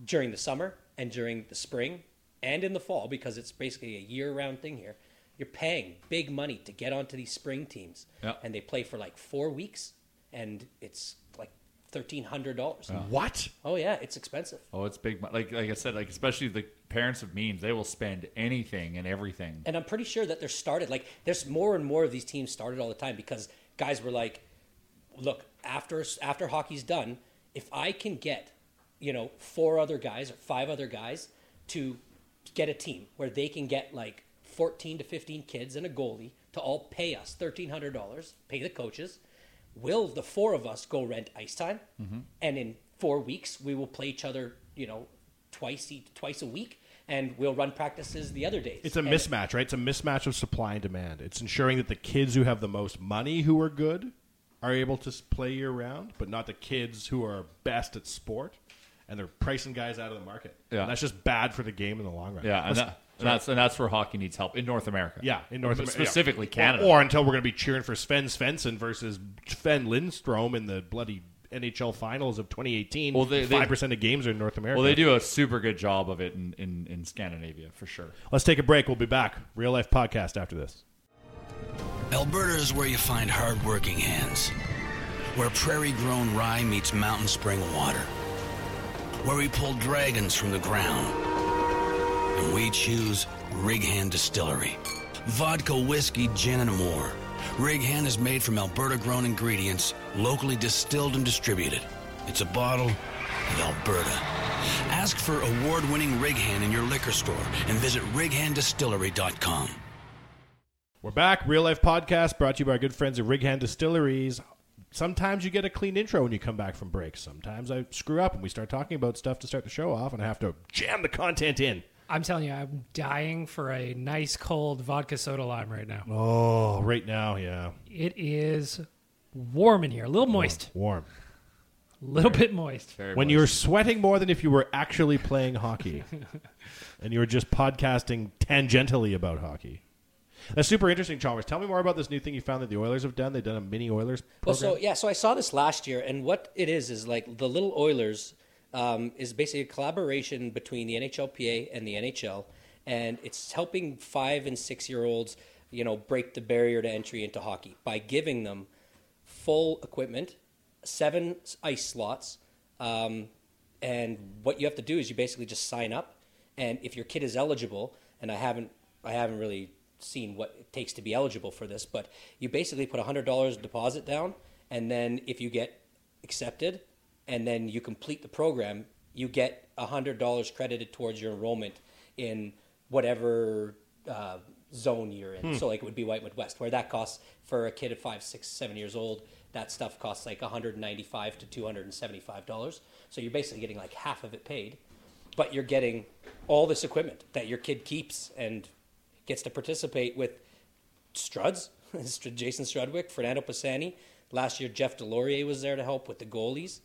S5: during the summer and during the spring and in the fall because it's basically a year-round thing here. You're paying big money to get onto these spring teams,
S3: Yeah.
S5: and they play for like four weeks, and it's like thirteen hundred dollars.
S3: Yeah.
S2: What?
S5: Oh yeah, it's expensive.
S3: Oh, it's big. mo- Like like I said, like especially the parents of memes, they will spend anything and everything.
S5: And I'm pretty sure that they're started. Like, there's more and more of these teams started all the time because guys were like, look, after after hockey's done, if I can get, you know, four other guys or five other guys to get a team where they can get like 14 to 15 kids and a goalie to all pay us $1,300, pay the coaches, will the four of us go rent ice time?
S2: Mm-hmm.
S8: Mhm.
S5: and in four weeks we will play each other you know twice each, twice a week and we'll run practices the other days
S2: It's a
S5: And-
S2: mismatch, right? It's a mismatch of supply and demand. It's ensuring that the kids who have the most money, who are good, are able to s- play year round, but not the kids who are best at sport, and they're pricing guys out of the market.
S3: Yeah.
S2: And that's just bad for the game in the long run.
S3: Yeah, and,
S2: Let's-
S3: that, and that's and that's where hockey needs help in North America.
S2: yeah, in North America,
S3: specifically Canada.
S2: or, or until we're going to be cheering for Sven Svensson versus Sven Lindstrom in the bloody NHL Finals of 2018.
S3: Well, they- they-
S2: five percent of games are in North America.
S3: well, they do a super good job of it in, in, in Scandinavia for sure.
S2: Let's take a break. We'll be back. Real life podcast after this.
S9: Alberta is where you find hard-working hands, where prairie-grown rye meets mountain spring water, where we pull dragons from the ground, and we choose Rig Hand Distillery. Vodka, whiskey, gin, and more. Rig Hand is made from Alberta-grown ingredients, locally distilled and distributed. It's a bottle of Alberta. Ask for award-winning Rig Hand in your liquor store and visit righanddistillery.com.
S2: We're back. Real Life Podcast brought to you by our good friends at Righand Distilleries. Sometimes you get a clean intro when you come back from break. Sometimes I screw up and we start talking about stuff to start the show off, and I have to jam the content in.
S4: I'm telling you, I'm dying for a nice cold vodka soda lime right now.
S2: Oh, right now, yeah.
S4: It is warm in here, a little moist.
S2: Warm.
S4: little bit moist.
S2: when you were sweating more than if you were actually playing hockey and you were just podcasting tangentially about hockey. That's super interesting, Chalmers. Tell me more about this new thing you found that the Oilers have done. They've done a mini Oilers program.
S5: Well, so yeah, so I saw this last year, and what it is is like the Little Oilers um, is basically a collaboration between the NHLPA and the NHL, and it's helping five and six year olds, you know, break the barrier to entry into hockey by giving them full equipment, seven s- ice slots, um, and what you have to do is you basically just sign up, and if your kid is eligible, and I haven't, I haven't really seen what it takes to be eligible for this, but you basically put hundred dollars deposit down, and then if you get accepted, and then you complete the program, you get hundred dollars credited towards your enrollment in whatever uh, zone you're in.
S8: Hmm.
S5: So like it would be White West, where that costs for a kid of five, six, seven years old, that stuff costs like 195 to 275 dollars. So you're basically getting like half of it paid, but you're getting all this equipment that your kid keeps and gets to participate with Struds, Str- Jason Strudwick, Fernando Pisani. Last year, Jeff Delorier was there to help with the goalies.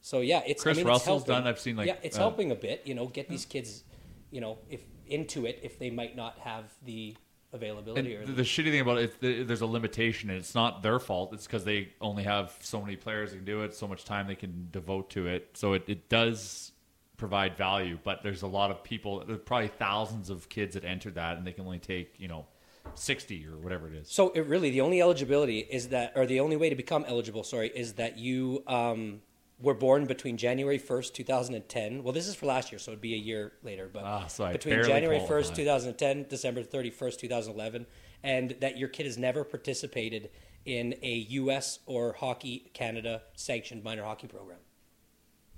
S5: So yeah, it's
S3: Chris
S5: I mean,
S3: Russell's
S5: it's helping.
S3: done, I've seen, like,
S5: yeah, it's
S3: uh,
S5: helping a bit. You know, get these kids, you know, if into it if they might not have the availability or
S3: And the shitty thing about it, is th- there's a limitation, and it's not their fault. It's because they only have so many players that can do it, so much time they can devote to it. So it, it does provide value, but there's a lot of people. There's probably thousands of kids that entered that, and they can only take you know sixty or whatever it is.
S5: So it really the only eligibility is that, or the only way to become eligible, sorry, is that you um, were born between January first, two thousand and ten. Well, this is for last year, so it'd be a year later, but
S3: Ah, so I
S5: between
S3: barely
S5: January first,
S3: qualified.
S5: two thousand and ten, December thirty first, two thousand eleven, and that your kid has never participated in a U.S. or Hockey Canada sanctioned minor hockey program.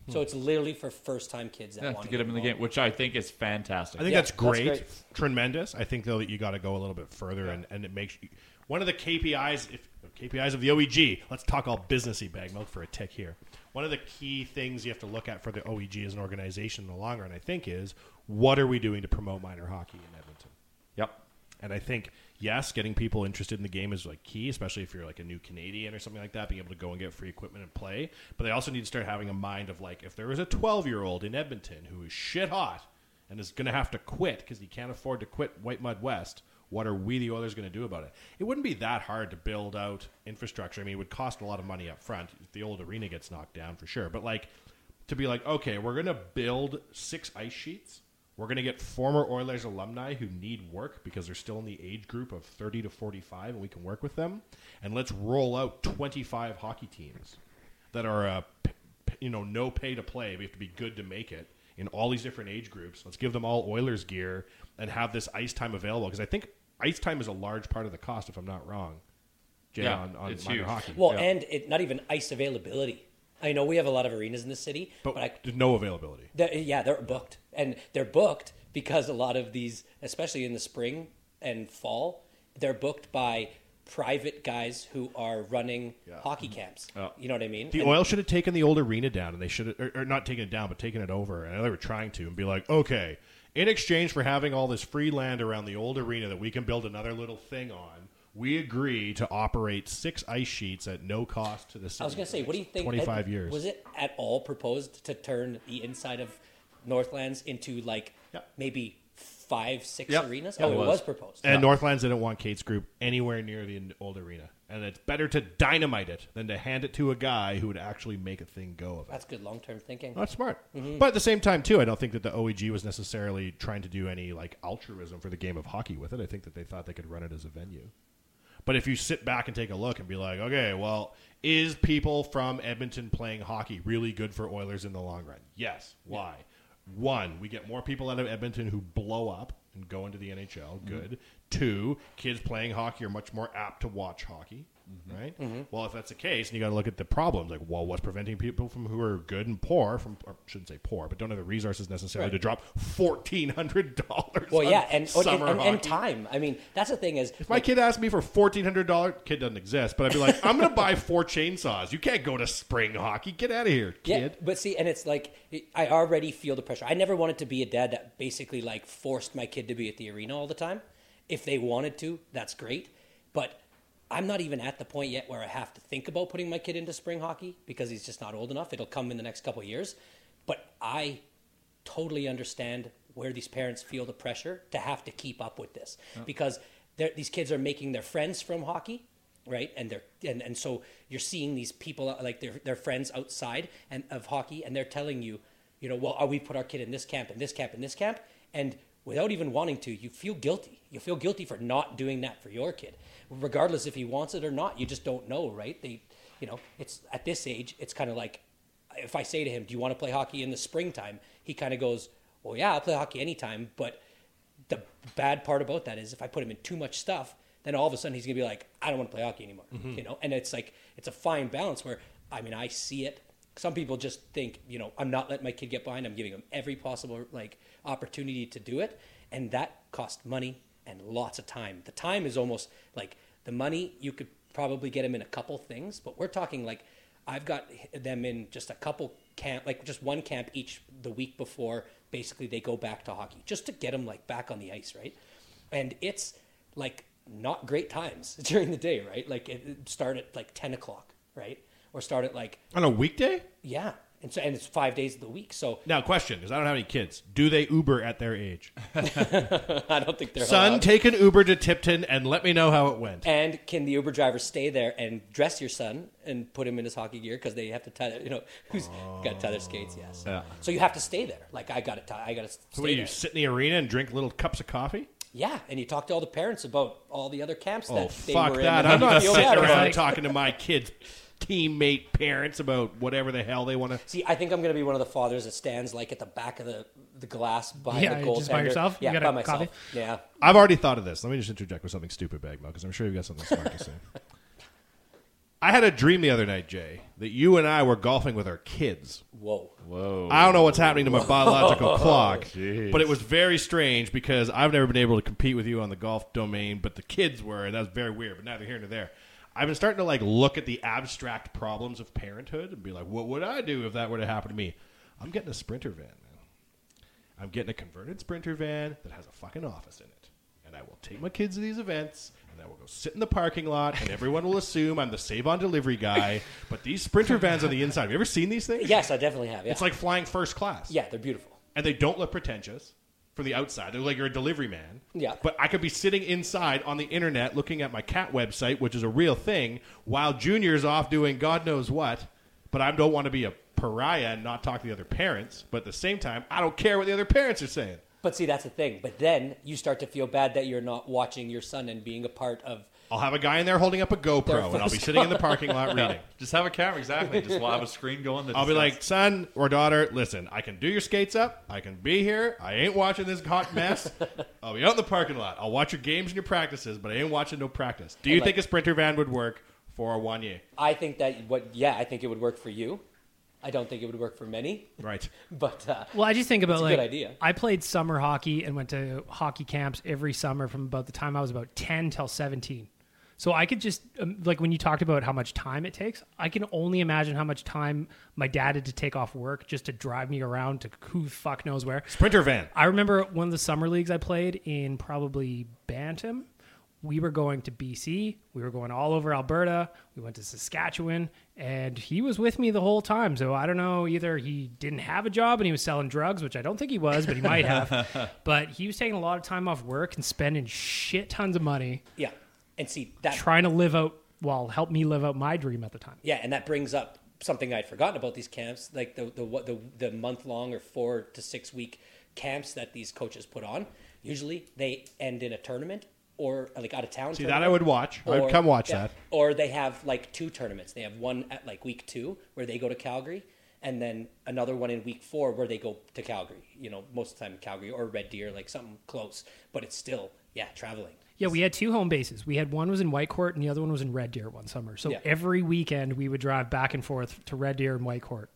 S5: So
S3: Hmm.
S5: it's literally for first time kids that
S3: Yeah,
S5: want
S3: to get them in the game, which I think is fantastic.
S2: I think that's, great, tremendous. I think though that you got to go a little bit further, and, and it makes you, one of the KPIs, if KPIs of the OEG. Let's talk all businessy bag milk for a tick here. One of the key things you have to look at for the OEG as an organization in the long run, I think, is what are we doing to promote minor hockey in Edmonton?
S3: Yep.
S2: And I think yes, getting people interested in the game is like key, especially if you're like a new Canadian or something like that, being able to go and get free equipment and play. But they also need to start having a mind of like if there is a 12 year old in Edmonton who is shit hot and is going to have to quit because he can't afford to quit White Mud West. What are we, the Oilers, going to do about it? It wouldn't be that hard to build out infrastructure. I mean, it would cost a lot of money up front. The old arena gets knocked down for sure. But like, to be like, okay, we're going to build six ice sheets. We're going to get former Oilers alumni who need work because they're still in the age group of 30 to 45 and we can work with them. And let's roll out 25 hockey teams that are, uh, p- p- you know, no pay to play. We have to be good to make it in all these different age groups. Let's give them all Oilers gear and have this ice time available because I think ice time is a large part of the cost, if I'm not wrong. Jay,
S5: Yeah,
S2: on, on
S3: it's
S2: minor
S3: huge.
S2: hockey.
S5: Well, and it, not even ice availability. I know we have a lot of arenas in the city, but, I,
S2: There's no availability.
S5: They're, yeah, they're booked, and they're booked because a lot of these, especially in the spring and fall, they're booked by private guys who are running hockey camps. You know what I mean?
S2: The
S5: And-
S2: oil should have taken the old arena down, and they should have, or, or not taken it down, but taken it over. And I know they were trying to, and be like, okay, in exchange for having all this free land around the old arena that we can build another little thing on, we agree to operate six ice sheets at no cost to the city.
S5: I was going
S2: for
S5: to say,
S2: the
S5: what do you
S2: next
S5: think?
S2: Twenty-five
S5: Ed-
S2: years.
S5: Was it at all proposed to turn the inside of Northlands into like maybe five, six
S2: Yep.
S5: arenas?
S2: Yeah,
S5: oh, it was, proposed.
S2: And Northlands didn't want Kate's group anywhere near the old arena. And it's better to dynamite it than to hand it to a guy who would actually make a thing go of it.
S5: That's good long term thinking.
S2: That's smart.
S5: Mhm.
S2: But at the same time, too, I don't think that the OEG was necessarily trying to do any like altruism for the game of hockey with it. I think that they thought they could run it as a venue. But if you sit back and take a look and be like, okay, well, is people from Edmonton playing hockey really good for Oilers in the long run? Yes. Why? One, we get more people out of Edmonton who blow up and go into the
S5: Mm-hmm.
S2: NHL. Good. Two, kids playing hockey are much more apt to watch hockey,
S5: Mm-hmm.
S2: right? Well, if that's the case, and you got to look at the problems, like, well, what's preventing people from who are good and poor from, or shouldn't say poor, but don't have the resources necessarily
S5: Right.
S2: to drop fourteen hundred dollars.
S5: Well, yeah, and, and,
S2: summer
S5: and,
S2: hockey.
S5: and time. I mean, that's the thing is,
S2: If my kid asked me for fourteen hundred dollar kid doesn't exist, but I'd be like, I'm gonna buy four chainsaws. You can't go to spring hockey. Get out of here, kid.
S5: Yeah, but see, and it's like I already feel the pressure. I never wanted to be a dad that basically like forced my kid to be at the arena all the time. If they wanted to, that's great. But I'm not even at the point yet where I have to think about putting my kid into spring hockey because he's just not old enough. It'll come in the next couple of years. But I totally understand where these parents feel the pressure to have to keep up with this
S8: Yeah.
S5: because they're- these kids are making their friends from hockey right and they're and, and so you're seeing these people uh, like their, their friends outside and of hockey and they're telling you you know well oh, we put our kid in this camp and this camp and this camp and without even wanting to you feel guilty you feel guilty for not doing that for your kid regardless if he wants it or not you just don't know right they you know it's at this age it's kind of like if I say to him, "Do you want to play hockey in the springtime?" He kind of goes, "Well, yeah, I'll play hockey anytime." But the bad part about that is if I put him in too much stuff, then all of a sudden he's gonna be like, "I don't want to play hockey anymore,"
S8: Mhm.
S5: you know. And it's like it's a fine balance where I mean I see it. Some people just think, you know, I'm not letting my kid get behind. I'm giving him every possible like opportunity to do it, and that costs money and lots of time. The time is almost like the money you could probably get him in a couple things, but we're talking like I've got them in just a couple camp, like just one camp each the week before. Basically, they go back to hockey just to get them like back on the ice, right? And it's like not great times during the day, right? Like it it start at like ten o'clock, right? Or start at like
S2: On a weekday?
S5: yeah, and so and it's five days of the week, so
S2: Now, question, because I don't have any kids. Do they Uber at their age?
S5: I don't think they're
S2: Son,
S5: allowed.
S2: take an Uber to Tipton and let me know how it went.
S5: And can the Uber driver stay there and dress your son and put him in his hockey gear because they have to tie, their- you know, who's got to tie their skates? Yes.
S2: Yeah.
S5: So you have to stay there. Like I got to tie. I got to.
S2: So what do you sit in the arena and drink little cups of coffee?
S5: Yeah, and you talk to all the parents about all the other camps that
S2: Oh
S5: they
S2: fuck
S5: were
S2: that!
S5: in. and
S2: I'm
S5: how
S2: not
S5: they feel
S2: sitting
S5: bad about
S2: around
S5: it.
S2: talking to my kids' teammate parents about whatever the hell they want to.
S5: See, I think I'm going to be one of the fathers that stands like at the back of the, the glass behind
S4: Yeah,
S5: the goaltender.
S4: just by yourself? You
S5: Yeah,
S4: got a
S5: by myself.
S4: coffee?
S5: Yeah.
S2: I've already thought of this. Let me just interject with something stupid, Bagmo, because I'm sure you've got something smart to say. I had a dream the other night, Jay, that you and I were golfing with our kids.
S5: Whoa.
S3: Whoa.
S2: I don't know what's happening to my
S3: Whoa.
S2: biological clock,
S3: Jeez.
S2: but it was very strange because I've never been able to compete with you on the golf domain, but the kids were, and that was very weird. But neither here nor there. I've been starting to like look at the abstract problems of parenthood and be like, what would I do if that were to happen to me? I'm getting a sprinter van, man. I'm getting a converted sprinter van that has a fucking office in it, and I will take my kids to these events. and I will go Sit in the parking lot, and everyone will assume I'm the save on delivery guy. But these sprinter vans on the inside, have you ever seen these things?
S5: Yes, I definitely have. Yeah.
S2: It's like flying first class.
S5: Yeah, they're beautiful.
S2: And they don't look pretentious from the outside. They look like you're a delivery man.
S5: Yeah.
S2: But I could be sitting inside on the internet looking at my cat website, which is a real thing, while Junior's off doing God knows what. But I don't want to be a pariah and not talk to the other parents. But at the same time, I don't care what the other parents are saying.
S5: But see, that's the thing. But then you start to feel bad that you're not watching your son and being a part of.
S2: I'll have a guy in there holding up a
S5: Their
S2: GoPro, and I'll be
S5: first
S2: sitting in the
S5: class.
S2: parking lot
S5: Yeah.
S2: reading.
S3: Just have a camera, exactly. Just we'll have a screen going. That
S2: I'll be
S3: just
S2: like, son or daughter, listen, I can do your skates up. I can be here. I ain't watching this hot mess. I'll be out in the parking lot. I'll watch your games and your practices, but I ain't watching no practice. Do you
S5: And, like-
S2: think a sprinter van would work for one year?
S5: I think that what yeah, I think it would work for you. I don't think it would work for many.
S2: Right.
S5: But uh,
S4: Well, I just think about
S5: it's
S4: like
S5: a good idea.
S4: I played summer hockey and went to hockey camps every summer from about the time I was about ten till seventeen. So I could just um, like when you talked about how much time it takes, I can only imagine how much time my dad had to take off work just to drive me around to who the fuck knows where.
S2: Sprinter van.
S4: I remember one of the summer leagues I played in probably Bantam. We were going to BC. We were going all over Alberta. We went to Saskatchewan, and he was with me the whole time. So I don't know either he didn't have a job and he was selling drugs, which I don't think he was, but he might have. but he was taking a lot of time off work and spending shit tons of money
S5: yeah, and see that
S4: trying to live out, well, help me live out my dream at the time.
S5: yeah, and that brings up something I'd forgotten about these camps, like the the what the the month long or four to six week camps that these coaches put on. Usually they end in a tournament or like out of town.
S2: See, that I
S5: tournament,
S2: would watch. I would come watch that.
S5: Or they have like two tournaments. They have one at like week two where they go to Calgary, and then another one in week four where they go to Calgary. You know, most of the time Calgary or Red Deer, like something close, but it's still yeah traveling.
S4: Yeah, we had two home bases. We had one was in Whitecourt and the other one was in Red Deer one summer. So
S5: Yeah.
S4: every weekend we would drive back and forth to Red Deer and Whitecourt,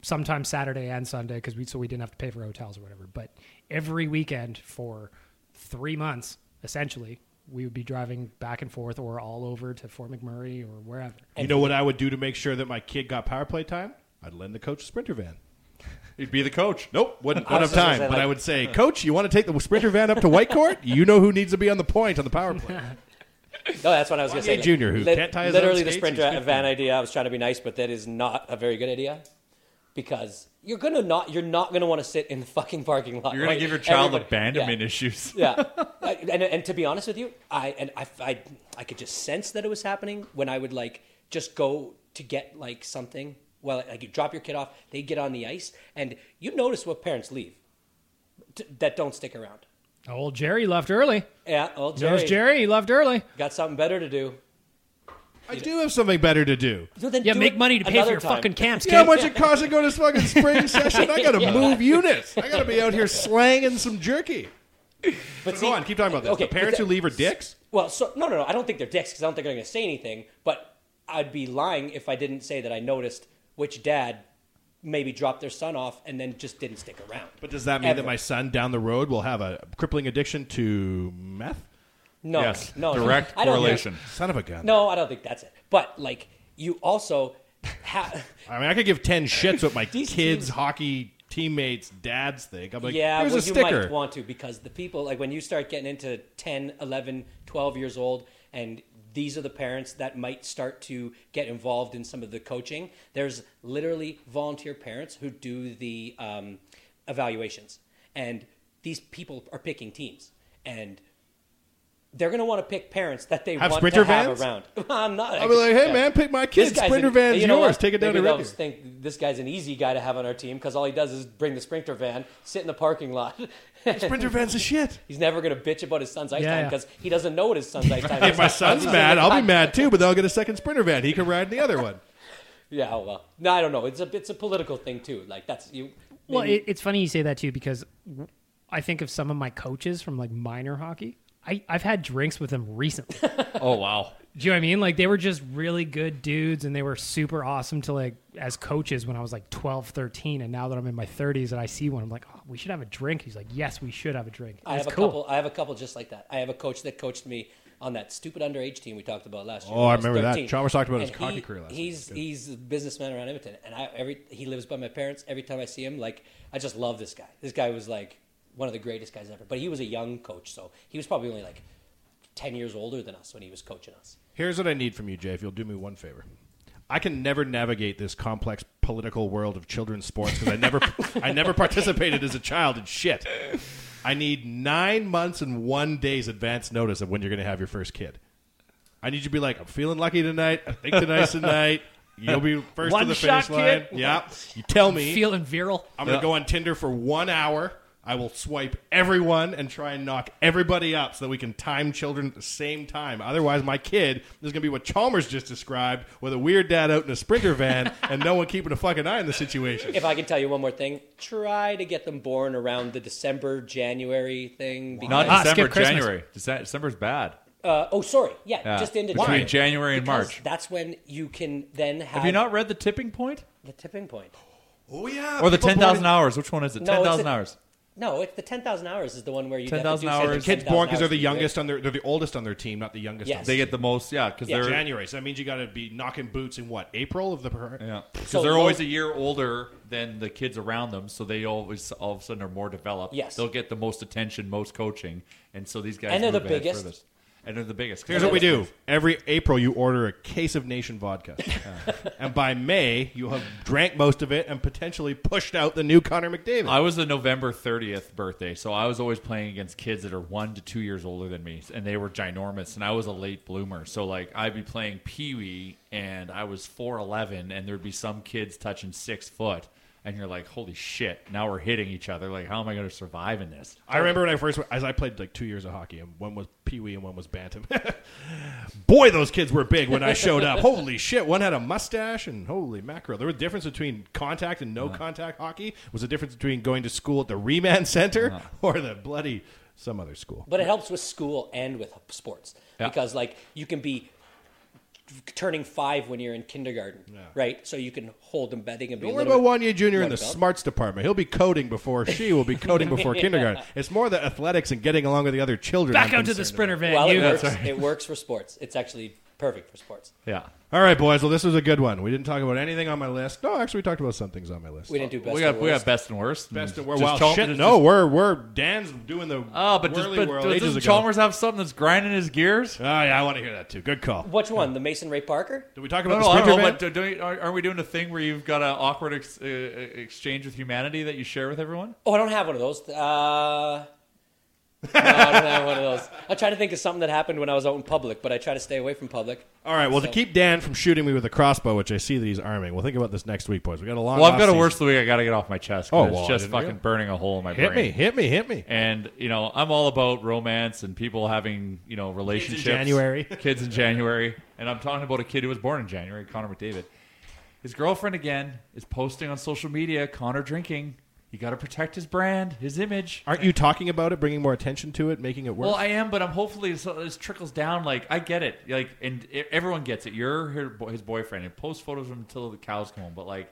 S4: sometimes Saturday and Sunday because we so we didn't have to pay for hotels or whatever. But every weekend for three months, essentially, we would be driving back and forth or all over to Fort McMurray or wherever.
S2: you know what I would do to make sure that my kid got power play time? I'd lend the coach a sprinter van. He'd be the coach. Nope, wouldn't
S3: I
S2: would
S3: was
S2: have
S3: just gonna
S2: time.
S3: say,
S2: but
S3: like-
S2: I would say, Coach, you want to take the sprinter van up to Whitecourt? You know who needs to be on the point on the power play.
S5: No, that's what I was going to say.
S2: YA Junior who
S5: Lit-
S2: can't tie his own
S5: Literally, the
S2: skates,
S5: sprint
S2: he's
S5: dra- van idea. I was trying to be nice, but that is not a very good idea because you're gonna not you're not gonna want to sit in the fucking parking lot.
S3: You're gonna
S5: like
S3: give your child
S5: everybody-
S3: abandonment
S5: yeah.
S3: issues.
S5: yeah, I- and and to be honest with you, I and I, I I could just sense that it was happening when I would like just go to get like something. Well, like you drop your kid off, they get on the ice, and you notice what parents leave t- that don't stick around.
S4: Old Jerry left early.
S5: Yeah, old Jerry.
S4: There's Jerry. He left early.
S5: Got something better to do.
S2: I do have something better to do.
S5: So then
S4: yeah,
S5: do
S4: make
S5: it
S4: money to pay for
S5: another
S4: your
S5: time.
S4: fucking camps.
S2: You know how
S4: kid.
S2: much it costs to go to this fucking spring session? I gotta
S5: Yeah.
S2: move units. I gotta be out here slanging some jerky.
S5: But
S2: go on, keep talking about this. The parents who leave are dicks?
S5: Well, so no, no, no. I don't think they're dicks because I don't think they're going to say anything. But I'd be lying if I didn't say that I noticed which dad maybe dropped their son off and then just didn't stick around.
S2: But does that mean
S5: Ever.
S2: that my son down the road will have a crippling addiction to meth?
S5: No, Yes. no, no. Direct I don't think- correlation.
S2: Son of a gun.
S5: No, I don't think that's it. But like, you also have.
S2: I mean, I could give ten shits what my kids' hockey teammates' dads think. I'm like,
S5: yeah,
S2: here's
S5: well,
S2: a
S5: you
S2: sticker.
S5: might want to because the people, like when you start getting into 10, 11, 12 years old, and these are the parents that might start to get involved in some of the coaching, there's literally volunteer parents who do the um, evaluations. And these people are picking teams. And they're going to want to pick parents that they
S2: Have
S5: want
S2: sprinter
S5: to have
S2: vans?
S5: around. I'm not.
S2: I'll be like, hey,
S5: yeah.
S2: man, pick my
S5: This
S2: kids.
S5: guy's
S2: Sprinter
S5: an-
S2: van's
S5: you know
S2: yours.
S5: what?
S2: Take it down
S5: Maybe
S2: to
S5: they'll
S2: Ricky.
S5: just think this guy's an easy guy to have on our team because all he does is bring the sprinter van, sit in the parking lot.
S2: sprinter van's a shit.
S5: He's never going to bitch about his son's ice
S2: Yeah,
S5: time
S2: yeah.
S5: because he doesn't know what his son's ice time is.
S2: if my son's
S5: He's
S2: mad,
S5: in the
S2: I'll be
S5: back.
S2: mad too. But then I'll get a second sprinter van. He can ride in the other one.
S5: Yeah, oh, well, no, I don't know. It's a it's a political thing too. Like that's you.
S4: Well,
S5: maybe-
S4: it, it's funny you say that too because I think of some of my coaches from like minor hockey. I, I've had drinks with them recently.
S3: Oh wow.
S4: Do you know what I mean? Like they were just really good dudes and they were super awesome to like as coaches when I was like 12, 13. And now that I'm in my 30s and I see one, I'm like, oh, we should have a drink. He's like, yes, we should have a drink.
S5: I
S4: It's
S5: have a
S4: cool.
S5: couple. I have a couple just like that. I have a coach that coached me on that stupid underage team we talked about last year.
S2: Oh,
S5: when
S2: I
S5: was
S2: remember that.
S5: 13.
S2: Chalmers talked about
S5: And
S2: his hockey
S5: he-
S2: career last year.
S5: He's he's a businessman around Edmonton, and I every he lives by my parents. Every time I see him, like I just love this guy. This guy was like one of the greatest guys ever. But he was a young coach, so he was probably only like ten years older than us when he was coaching us.
S2: Here's what I need from you, Jay, if you'll do me one favor. I can never navigate this complex political world of children's sports because I never I never participated as a child in shit. I need nine months and one day's advance notice of when you're going to have your first kid. I need you to be like, I'm feeling lucky tonight. I think tonight's the night. You'll be first
S4: One
S2: to the
S4: shot,
S2: finish line.
S4: kid.
S2: Yeah. You tell me.
S4: Feeling virile.
S2: I'm going to go on Tinder for one hour. I will swipe everyone and try and knock everybody up so that we can time children at the same time. Otherwise, my kid is going to be what Chalmers just described with a weird dad out in a sprinter van and no one keeping a fucking eye on the situation.
S5: If I can tell you one more thing, try to get them born around the December January thing.
S3: Not
S2: Ah,
S5: because-
S3: December, January. Dece- December's bad.
S5: Uh, oh, sorry. Yeah,
S3: Yeah.
S5: just into
S3: Between
S5: January.
S3: January and
S5: Because
S3: March.
S5: That's when you can then have.
S3: Have you not read The Tipping Point?
S5: the tipping point?
S2: Oh yeah.
S3: Or The 10,000 Hours? Which one is it?
S5: No, it's
S3: 10,000
S5: the-
S3: hours.
S5: No, it's the ten thousand hours is the one where you have to
S3: 10,000
S5: do something
S3: hours.
S2: Kids
S5: 10,000
S2: born because they're the
S5: hours.
S2: youngest on their, they're the oldest on their team, not the youngest.
S5: Yes.
S2: on
S3: They get the most, yeah, because
S2: their
S3: they're
S2: January. So that means you got to be knocking boots in what April of the per-
S3: Yeah, because
S2: So
S3: they're
S2: low-
S3: always a year older than the kids around them, so they always all of a sudden are more developed.
S5: Yes.
S3: they'll get the most attention, most coaching, and so these guys
S5: And they're the
S3: move ahead
S5: biggest.
S3: furthest. And they're the biggest.
S2: Here's what we do. Every April, you order a case of Nation vodka. Uh, and by May, you have drank most of it and potentially pushed out the new Connor McDavid.
S3: I was a November 30th birthday, so I was always playing against kids that are one to two years older than me, and they were ginormous, and I was a late bloomer. So, like, I'd be playing Pee Wee, and I was 4'11, and there'd be some kids touching six foot, and you're like, holy shit, now we're hitting each other. Like, how am I going to survive in this?
S2: I remember when I first as I played like two years of hockey, and one was Pee Wee and one was Bantam. Boy, those kids were big when I showed up. holy shit! One had a mustache, and holy mackerel, there was a difference between contact and no contact hockey. Was the difference between going to school at the Remand Center or the bloody some other school?
S5: But it helps with school and with sports
S2: Yeah.
S5: because like you can be turning five when you're in kindergarten, right? So you can hold them. They can be.
S2: Don't
S5: a
S2: worry
S5: little
S2: about Wanya
S5: bit
S2: Jr. in
S5: more
S2: the
S5: developed.
S2: smarts department. He'll be coding before she will be coding before kindergarten. It's more the athletics and getting along with the other children.
S4: Back
S2: I'm
S4: out to the
S2: concerned
S4: sprinter van.
S5: Well, it
S4: you.
S5: works. It works for sports. It's actually Perfect for sports.
S3: Yeah.
S2: All right, boys. Well, this was a good one. We didn't talk about anything on my list. No, actually, we talked about some things on my list.
S5: We didn't do best
S3: we got
S5: and
S3: we
S5: worst.
S3: got best and worst.
S2: Best and
S3: Just
S2: worst. Well,
S3: Chalm-
S2: shit.
S3: just-
S2: No, we're we're Dan's doing the
S3: Oh, but just
S2: whirly
S3: but
S2: whirl
S3: does-
S2: ages
S3: doesn't
S2: ago.
S3: Chalmers have something that's grinding his gears?
S2: Oh yeah, I want to hear that too. Good call.
S5: Which one? The Mason Ray Parker?
S2: Did we talk
S3: No,
S2: about
S3: no, I
S2: the
S3: don't know,
S2: sprinter van?
S3: but do- don't you- aren't aren't we doing a thing where you've got an awkward ex- uh, exchange with humanity that you share with everyone?
S5: Oh, I don't have one of those. Uh, no, I don't have one of those. I'm trying to think of something that happened when I was out in public, but I try to stay away from public.
S2: All right. Well,
S5: So-
S2: to keep Dan from shooting me with a crossbow, which I see that he's arming, we'll think about this next week, boys. We got a long.
S3: well, I've got a
S2: offseason.
S3: worse the week I got to get off my chest. 'cause
S2: Oh,
S3: it's
S2: well, I
S3: just
S2: didn't realize.
S3: fucking burning a hole in my
S2: Hit
S3: brain.
S2: me, hit me, hit me.
S3: And you know, I'm all about romance and people having you know relationships.
S2: January.
S3: kids in January, and I'm talking about a kid who was born in January, Connor McDavid. His girlfriend again is posting on social media, Connor drinking. You got to protect his brand, his image.
S2: Aren't you talking about it, bringing more attention to it, making it worse?
S3: Well, I am, but I'm hopefully so this trickles down. Like I get it, like and e- everyone gets it. You're her, bo- his boyfriend, and post photos of him until the cows come home. But like